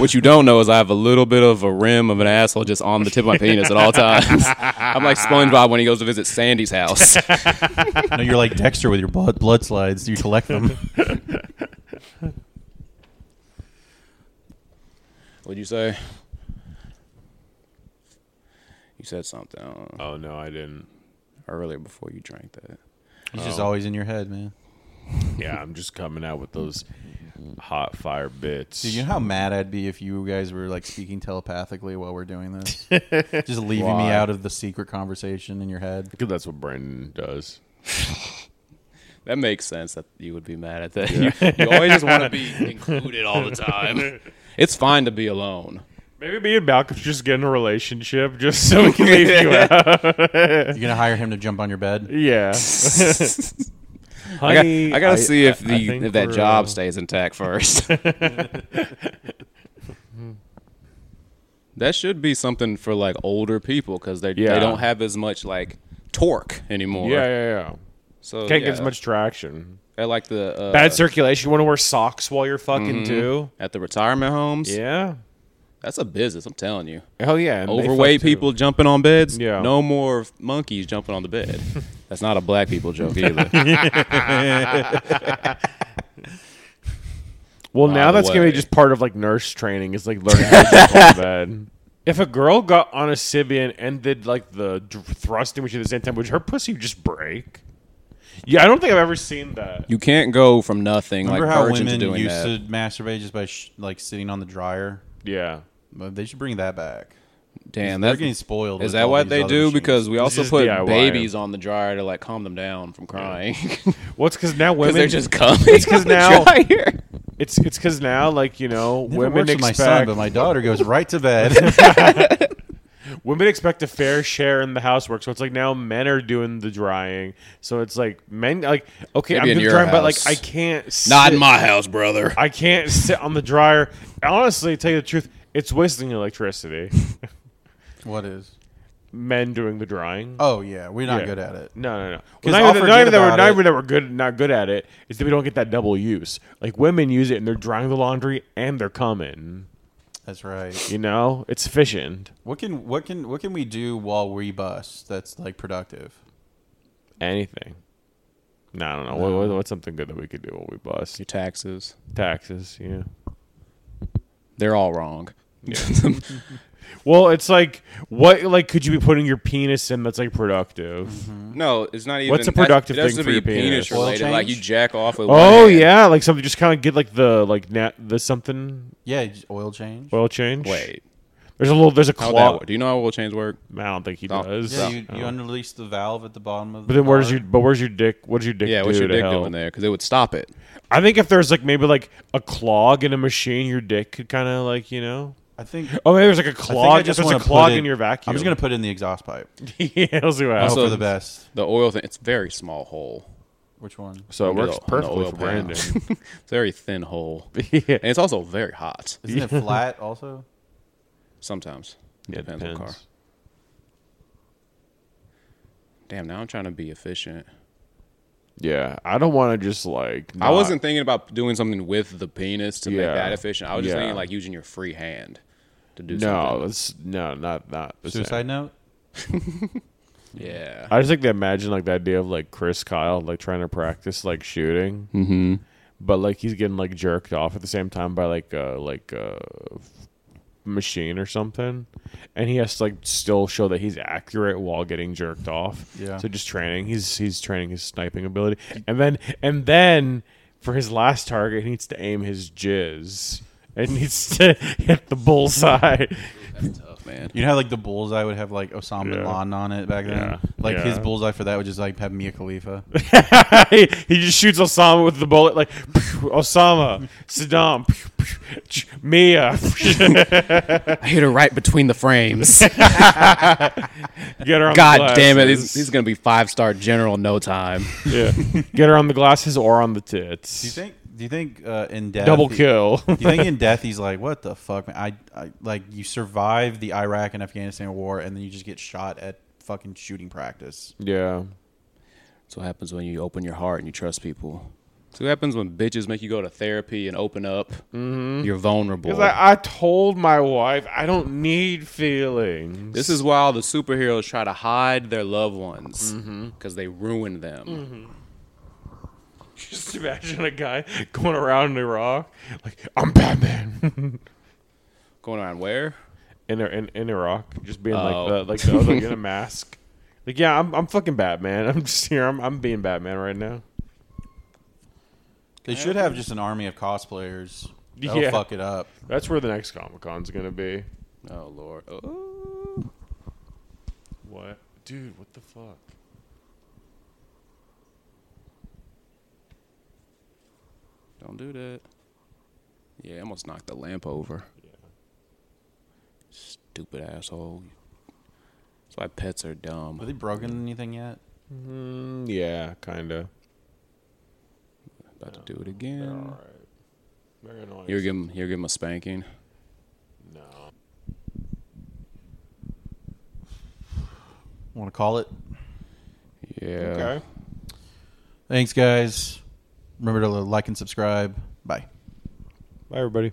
Speaker 2: What you don't know is I have a little bit of a rim of an asshole just on the tip of my penis at all times. I'm like SpongeBob when he goes to visit Sandy's house.
Speaker 3: no, you're like Dexter with your blood blood slides. You collect them.
Speaker 2: What'd you say? You said something uh,
Speaker 1: Oh no, I didn't.
Speaker 2: earlier before you drank that.
Speaker 3: He's
Speaker 2: Oh.
Speaker 3: just always in your head, man.
Speaker 1: Yeah, I'm just coming out with those hot fire bits.
Speaker 3: Dude, you know how mad I'd be if you guys were like speaking telepathically while we're doing this, just leaving me
Speaker 2: Why?
Speaker 3: out of the secret conversation in your head.
Speaker 1: Because that's what Brandon does.
Speaker 2: That makes sense that you would be mad at that. You, you always just want to be included all the time. It's fine to be alone.
Speaker 1: Maybe me and Malcolm should just get in a relationship just so we can leave you out.
Speaker 3: You're gonna hire him to jump on your bed.
Speaker 1: Yeah.
Speaker 2: I got,
Speaker 1: Honey,
Speaker 2: I gotta see if
Speaker 1: I
Speaker 2: the
Speaker 1: think
Speaker 2: if that
Speaker 1: we're,
Speaker 2: job
Speaker 1: uh,
Speaker 2: stays intact first. that should be something for like older people because they
Speaker 1: Yeah.
Speaker 2: they don't have as much like torque anymore.
Speaker 1: Yeah, yeah, yeah.
Speaker 2: so
Speaker 1: Can't
Speaker 2: yeah.
Speaker 1: get as much traction.
Speaker 2: I like the uh,
Speaker 1: Bad circulation. You want to wear socks while you're fucking too.
Speaker 2: at the retirement homes.
Speaker 1: Mm-hmm. Yeah.
Speaker 2: That's a business, I'm telling you.
Speaker 1: Hell yeah. and they
Speaker 2: Overweight
Speaker 1: fuck, too.
Speaker 2: people jumping on beds.
Speaker 1: Yeah.
Speaker 2: No more monkeys jumping on the bed. That's not a black people joke either.
Speaker 1: Well, now
Speaker 2: the
Speaker 1: that's gonna
Speaker 2: way.
Speaker 1: be just part of like nurse training. Is like learning how to jump on the bed. If a girl got on a Sibian and did like the dr- thrusting, which at the same time, would her pussy just break? Yeah, I don't think I've ever seen that.
Speaker 2: you can't go from nothing
Speaker 3: Remember
Speaker 2: like
Speaker 3: how
Speaker 2: virgin to
Speaker 3: women
Speaker 2: doing
Speaker 3: used
Speaker 2: that.
Speaker 3: to masturbate just by sh- like sitting on the dryer?
Speaker 1: Yeah,
Speaker 3: But they should bring that back.
Speaker 2: Damn,
Speaker 3: They're
Speaker 2: that's
Speaker 3: getting spoiled.
Speaker 2: Is
Speaker 3: with
Speaker 2: that
Speaker 3: all
Speaker 2: what
Speaker 3: these
Speaker 2: they
Speaker 3: other
Speaker 2: do?
Speaker 3: machines.
Speaker 2: Because we also
Speaker 1: just
Speaker 2: put
Speaker 1: DIY.
Speaker 2: babies on the dryer to like calm them down from crying because
Speaker 1: well, it's because now women
Speaker 2: they're just coming. It's
Speaker 1: 'cause now-
Speaker 2: dryer.
Speaker 1: It's it's because now, like you know,
Speaker 3: Never
Speaker 1: women
Speaker 3: works with
Speaker 1: expect
Speaker 3: my son, but my daughter goes right to bed.
Speaker 1: women expect a fair share in the housework. So it's like now men are doing the drying. So it's like men like okay,
Speaker 2: Maybe
Speaker 1: I'm
Speaker 2: in
Speaker 1: doing
Speaker 2: your
Speaker 1: drying, but like
Speaker 2: house.
Speaker 1: I can't sit,
Speaker 2: Not in my house, brother.
Speaker 1: I can't sit on the dryer. Honestly, tell you the truth, it's wasting electricity.
Speaker 3: what is?
Speaker 1: men doing the drying.
Speaker 3: Oh yeah, we're not
Speaker 1: Yeah.
Speaker 3: good at it.
Speaker 1: No, no, no.
Speaker 3: 'Cause
Speaker 1: Well, not
Speaker 3: I'll
Speaker 1: even, not, even
Speaker 3: forget
Speaker 1: that we're,
Speaker 3: about
Speaker 1: not
Speaker 3: it.
Speaker 1: even that we're good, not good at it. Is that we don't get that double use. Like women use it and they're drying the laundry and they're coming.
Speaker 3: That's right.
Speaker 1: You know, it's efficient.
Speaker 3: What can what can what can we do while we bust? That's like productive.
Speaker 1: Anything. No, I don't know. What, what, what's something good that we could do while we bust?
Speaker 2: Your taxes,
Speaker 1: Taxes, yeah.
Speaker 2: they're all wrong.
Speaker 1: Well, it's like what like could you be putting your penis in that's like productive?
Speaker 2: no, it's not even.
Speaker 1: Mm-hmm. What's a
Speaker 2: that-
Speaker 1: productive
Speaker 2: it has
Speaker 1: thing
Speaker 2: to
Speaker 1: for
Speaker 2: be
Speaker 1: your
Speaker 2: penis,
Speaker 1: penis?
Speaker 3: Oil
Speaker 2: related? Like you
Speaker 3: change?
Speaker 2: jack off with.
Speaker 1: Oh
Speaker 2: one hand.
Speaker 1: yeah, like something just kind of get like the like nat the something
Speaker 3: Yeah, j- oil change.
Speaker 1: oil change.
Speaker 2: Wait,
Speaker 1: there's a little there's a
Speaker 2: how that
Speaker 1: claw.
Speaker 2: work? Do you know how oil change work?
Speaker 1: I don't think he
Speaker 2: No.
Speaker 1: does.
Speaker 3: yeah,
Speaker 2: so-
Speaker 3: you, you unrelease the valve at the bottom of. The
Speaker 1: But then where's
Speaker 3: car.
Speaker 1: your but where's your dick? What's your dick?
Speaker 2: Yeah,
Speaker 1: do
Speaker 2: what's your
Speaker 1: to
Speaker 2: dick
Speaker 1: help?
Speaker 2: doing there? Because it would stop it.
Speaker 1: I think if there's like maybe like a clog in a machine, your dick could kind of like you know.
Speaker 3: I think.
Speaker 1: Oh, maybe there's like a
Speaker 3: I think
Speaker 1: clog.
Speaker 3: I just
Speaker 1: if there's
Speaker 3: want
Speaker 1: a
Speaker 3: to
Speaker 1: clog
Speaker 3: put
Speaker 1: in your vacuum.
Speaker 3: I'm just gonna put it in the exhaust pipe.
Speaker 1: yeah, let's see what happens.
Speaker 3: Also
Speaker 2: Also-
Speaker 3: the best.
Speaker 2: The oil thing, it's a very small hole.
Speaker 3: Which one?
Speaker 1: so it
Speaker 2: Under
Speaker 1: works
Speaker 2: the- under the
Speaker 1: perfectly
Speaker 2: oil
Speaker 1: for
Speaker 2: pan.
Speaker 1: Brandon.
Speaker 2: very thin hole.
Speaker 1: yeah.
Speaker 2: And it's also very hot
Speaker 3: Isn't it flat also?
Speaker 2: sometimes.
Speaker 1: Yeah, it
Speaker 2: depends on the car.
Speaker 1: depends.
Speaker 2: Damn, now I'm trying to be efficient.
Speaker 1: Yeah, I don't want to just like.
Speaker 2: I
Speaker 1: not-
Speaker 2: wasn't thinking about doing something with the penis to
Speaker 1: Yeah.
Speaker 2: make that efficient. I was just
Speaker 1: Yeah.
Speaker 2: thinking like using your free hand to do
Speaker 1: No,
Speaker 2: something.
Speaker 1: that's no, not not the same.
Speaker 3: Suicide note.
Speaker 2: Yeah.
Speaker 1: I just like to imagine like the idea of like Chris Kyle like trying to practice like shooting, mm-hmm. but like he's getting like jerked off at the same time by like uh like uh f- machine or something, and he has to like still show that he's accurate while getting jerked off.
Speaker 3: Yeah.
Speaker 1: So just training, he's he's training his sniping ability, and then and then for his last target, he needs to aim his jizz. And needs to hit the bullseye.
Speaker 2: That's tough, man.
Speaker 3: You know how like the bullseye would have like Osama bin
Speaker 1: Yeah.
Speaker 3: Laden on it back then.
Speaker 1: Yeah.
Speaker 3: Like his
Speaker 1: Yeah.
Speaker 3: bullseye for that would just like have Mia Khalifa.
Speaker 1: he, he just shoots Osama with the bullet, like Osama, Saddam, Mia.
Speaker 2: I hit her right between the frames.
Speaker 1: Get her on the
Speaker 2: God
Speaker 1: glasses.
Speaker 2: damn it. He's, he's going to be five star general in no time.
Speaker 1: yeah. Get her on the glasses or on the tits.
Speaker 3: Do you think? Do you think uh, in death?
Speaker 1: Double
Speaker 3: he-
Speaker 1: kill.
Speaker 3: Do you think in death he's like, what the fuck, man? I, I like you survive the Iraq and Afghanistan war, and then you just get shot at fucking shooting practice.
Speaker 1: yeah.
Speaker 2: That's what happens when you open your heart and you trust people. That's what happens when bitches make you go to therapy and open up. You're vulnerable.
Speaker 1: Because Mm-hmm. I, I told my wife I don't need feelings.
Speaker 2: This is why all the superheroes try to hide their loved ones because
Speaker 1: Mm-hmm.
Speaker 2: they ruined them.
Speaker 1: Just imagine a guy going around in Iraq like I'm Batman.
Speaker 2: Going around where?
Speaker 1: in in, in Iraq, just being
Speaker 2: Oh.
Speaker 1: like the like the other in a mask. Like yeah, I'm I'm fucking Batman. I'm just here. I'm I'm being Batman right now.
Speaker 3: They should have just an army of cosplayers. That'll
Speaker 1: Yeah.
Speaker 3: fuck it up.
Speaker 1: That's where the next Comic Con's gonna be.
Speaker 2: Oh lord. Oh.
Speaker 1: What, dude? What the fuck?
Speaker 2: Don't do that. Yeah, I almost knocked the lamp over. Stupid asshole. That's why pets are
Speaker 3: Have
Speaker 2: dumb.
Speaker 3: they broken anything yet?
Speaker 1: Mm, yeah, kind of.
Speaker 2: About to do it again.
Speaker 1: All right.
Speaker 2: You're giving you're giving him a spanking.
Speaker 1: No.
Speaker 3: Want to call it?
Speaker 2: Yeah.
Speaker 1: Okay.
Speaker 3: Thanks, guys. Remember to like and subscribe. Bye.
Speaker 1: Bye, everybody.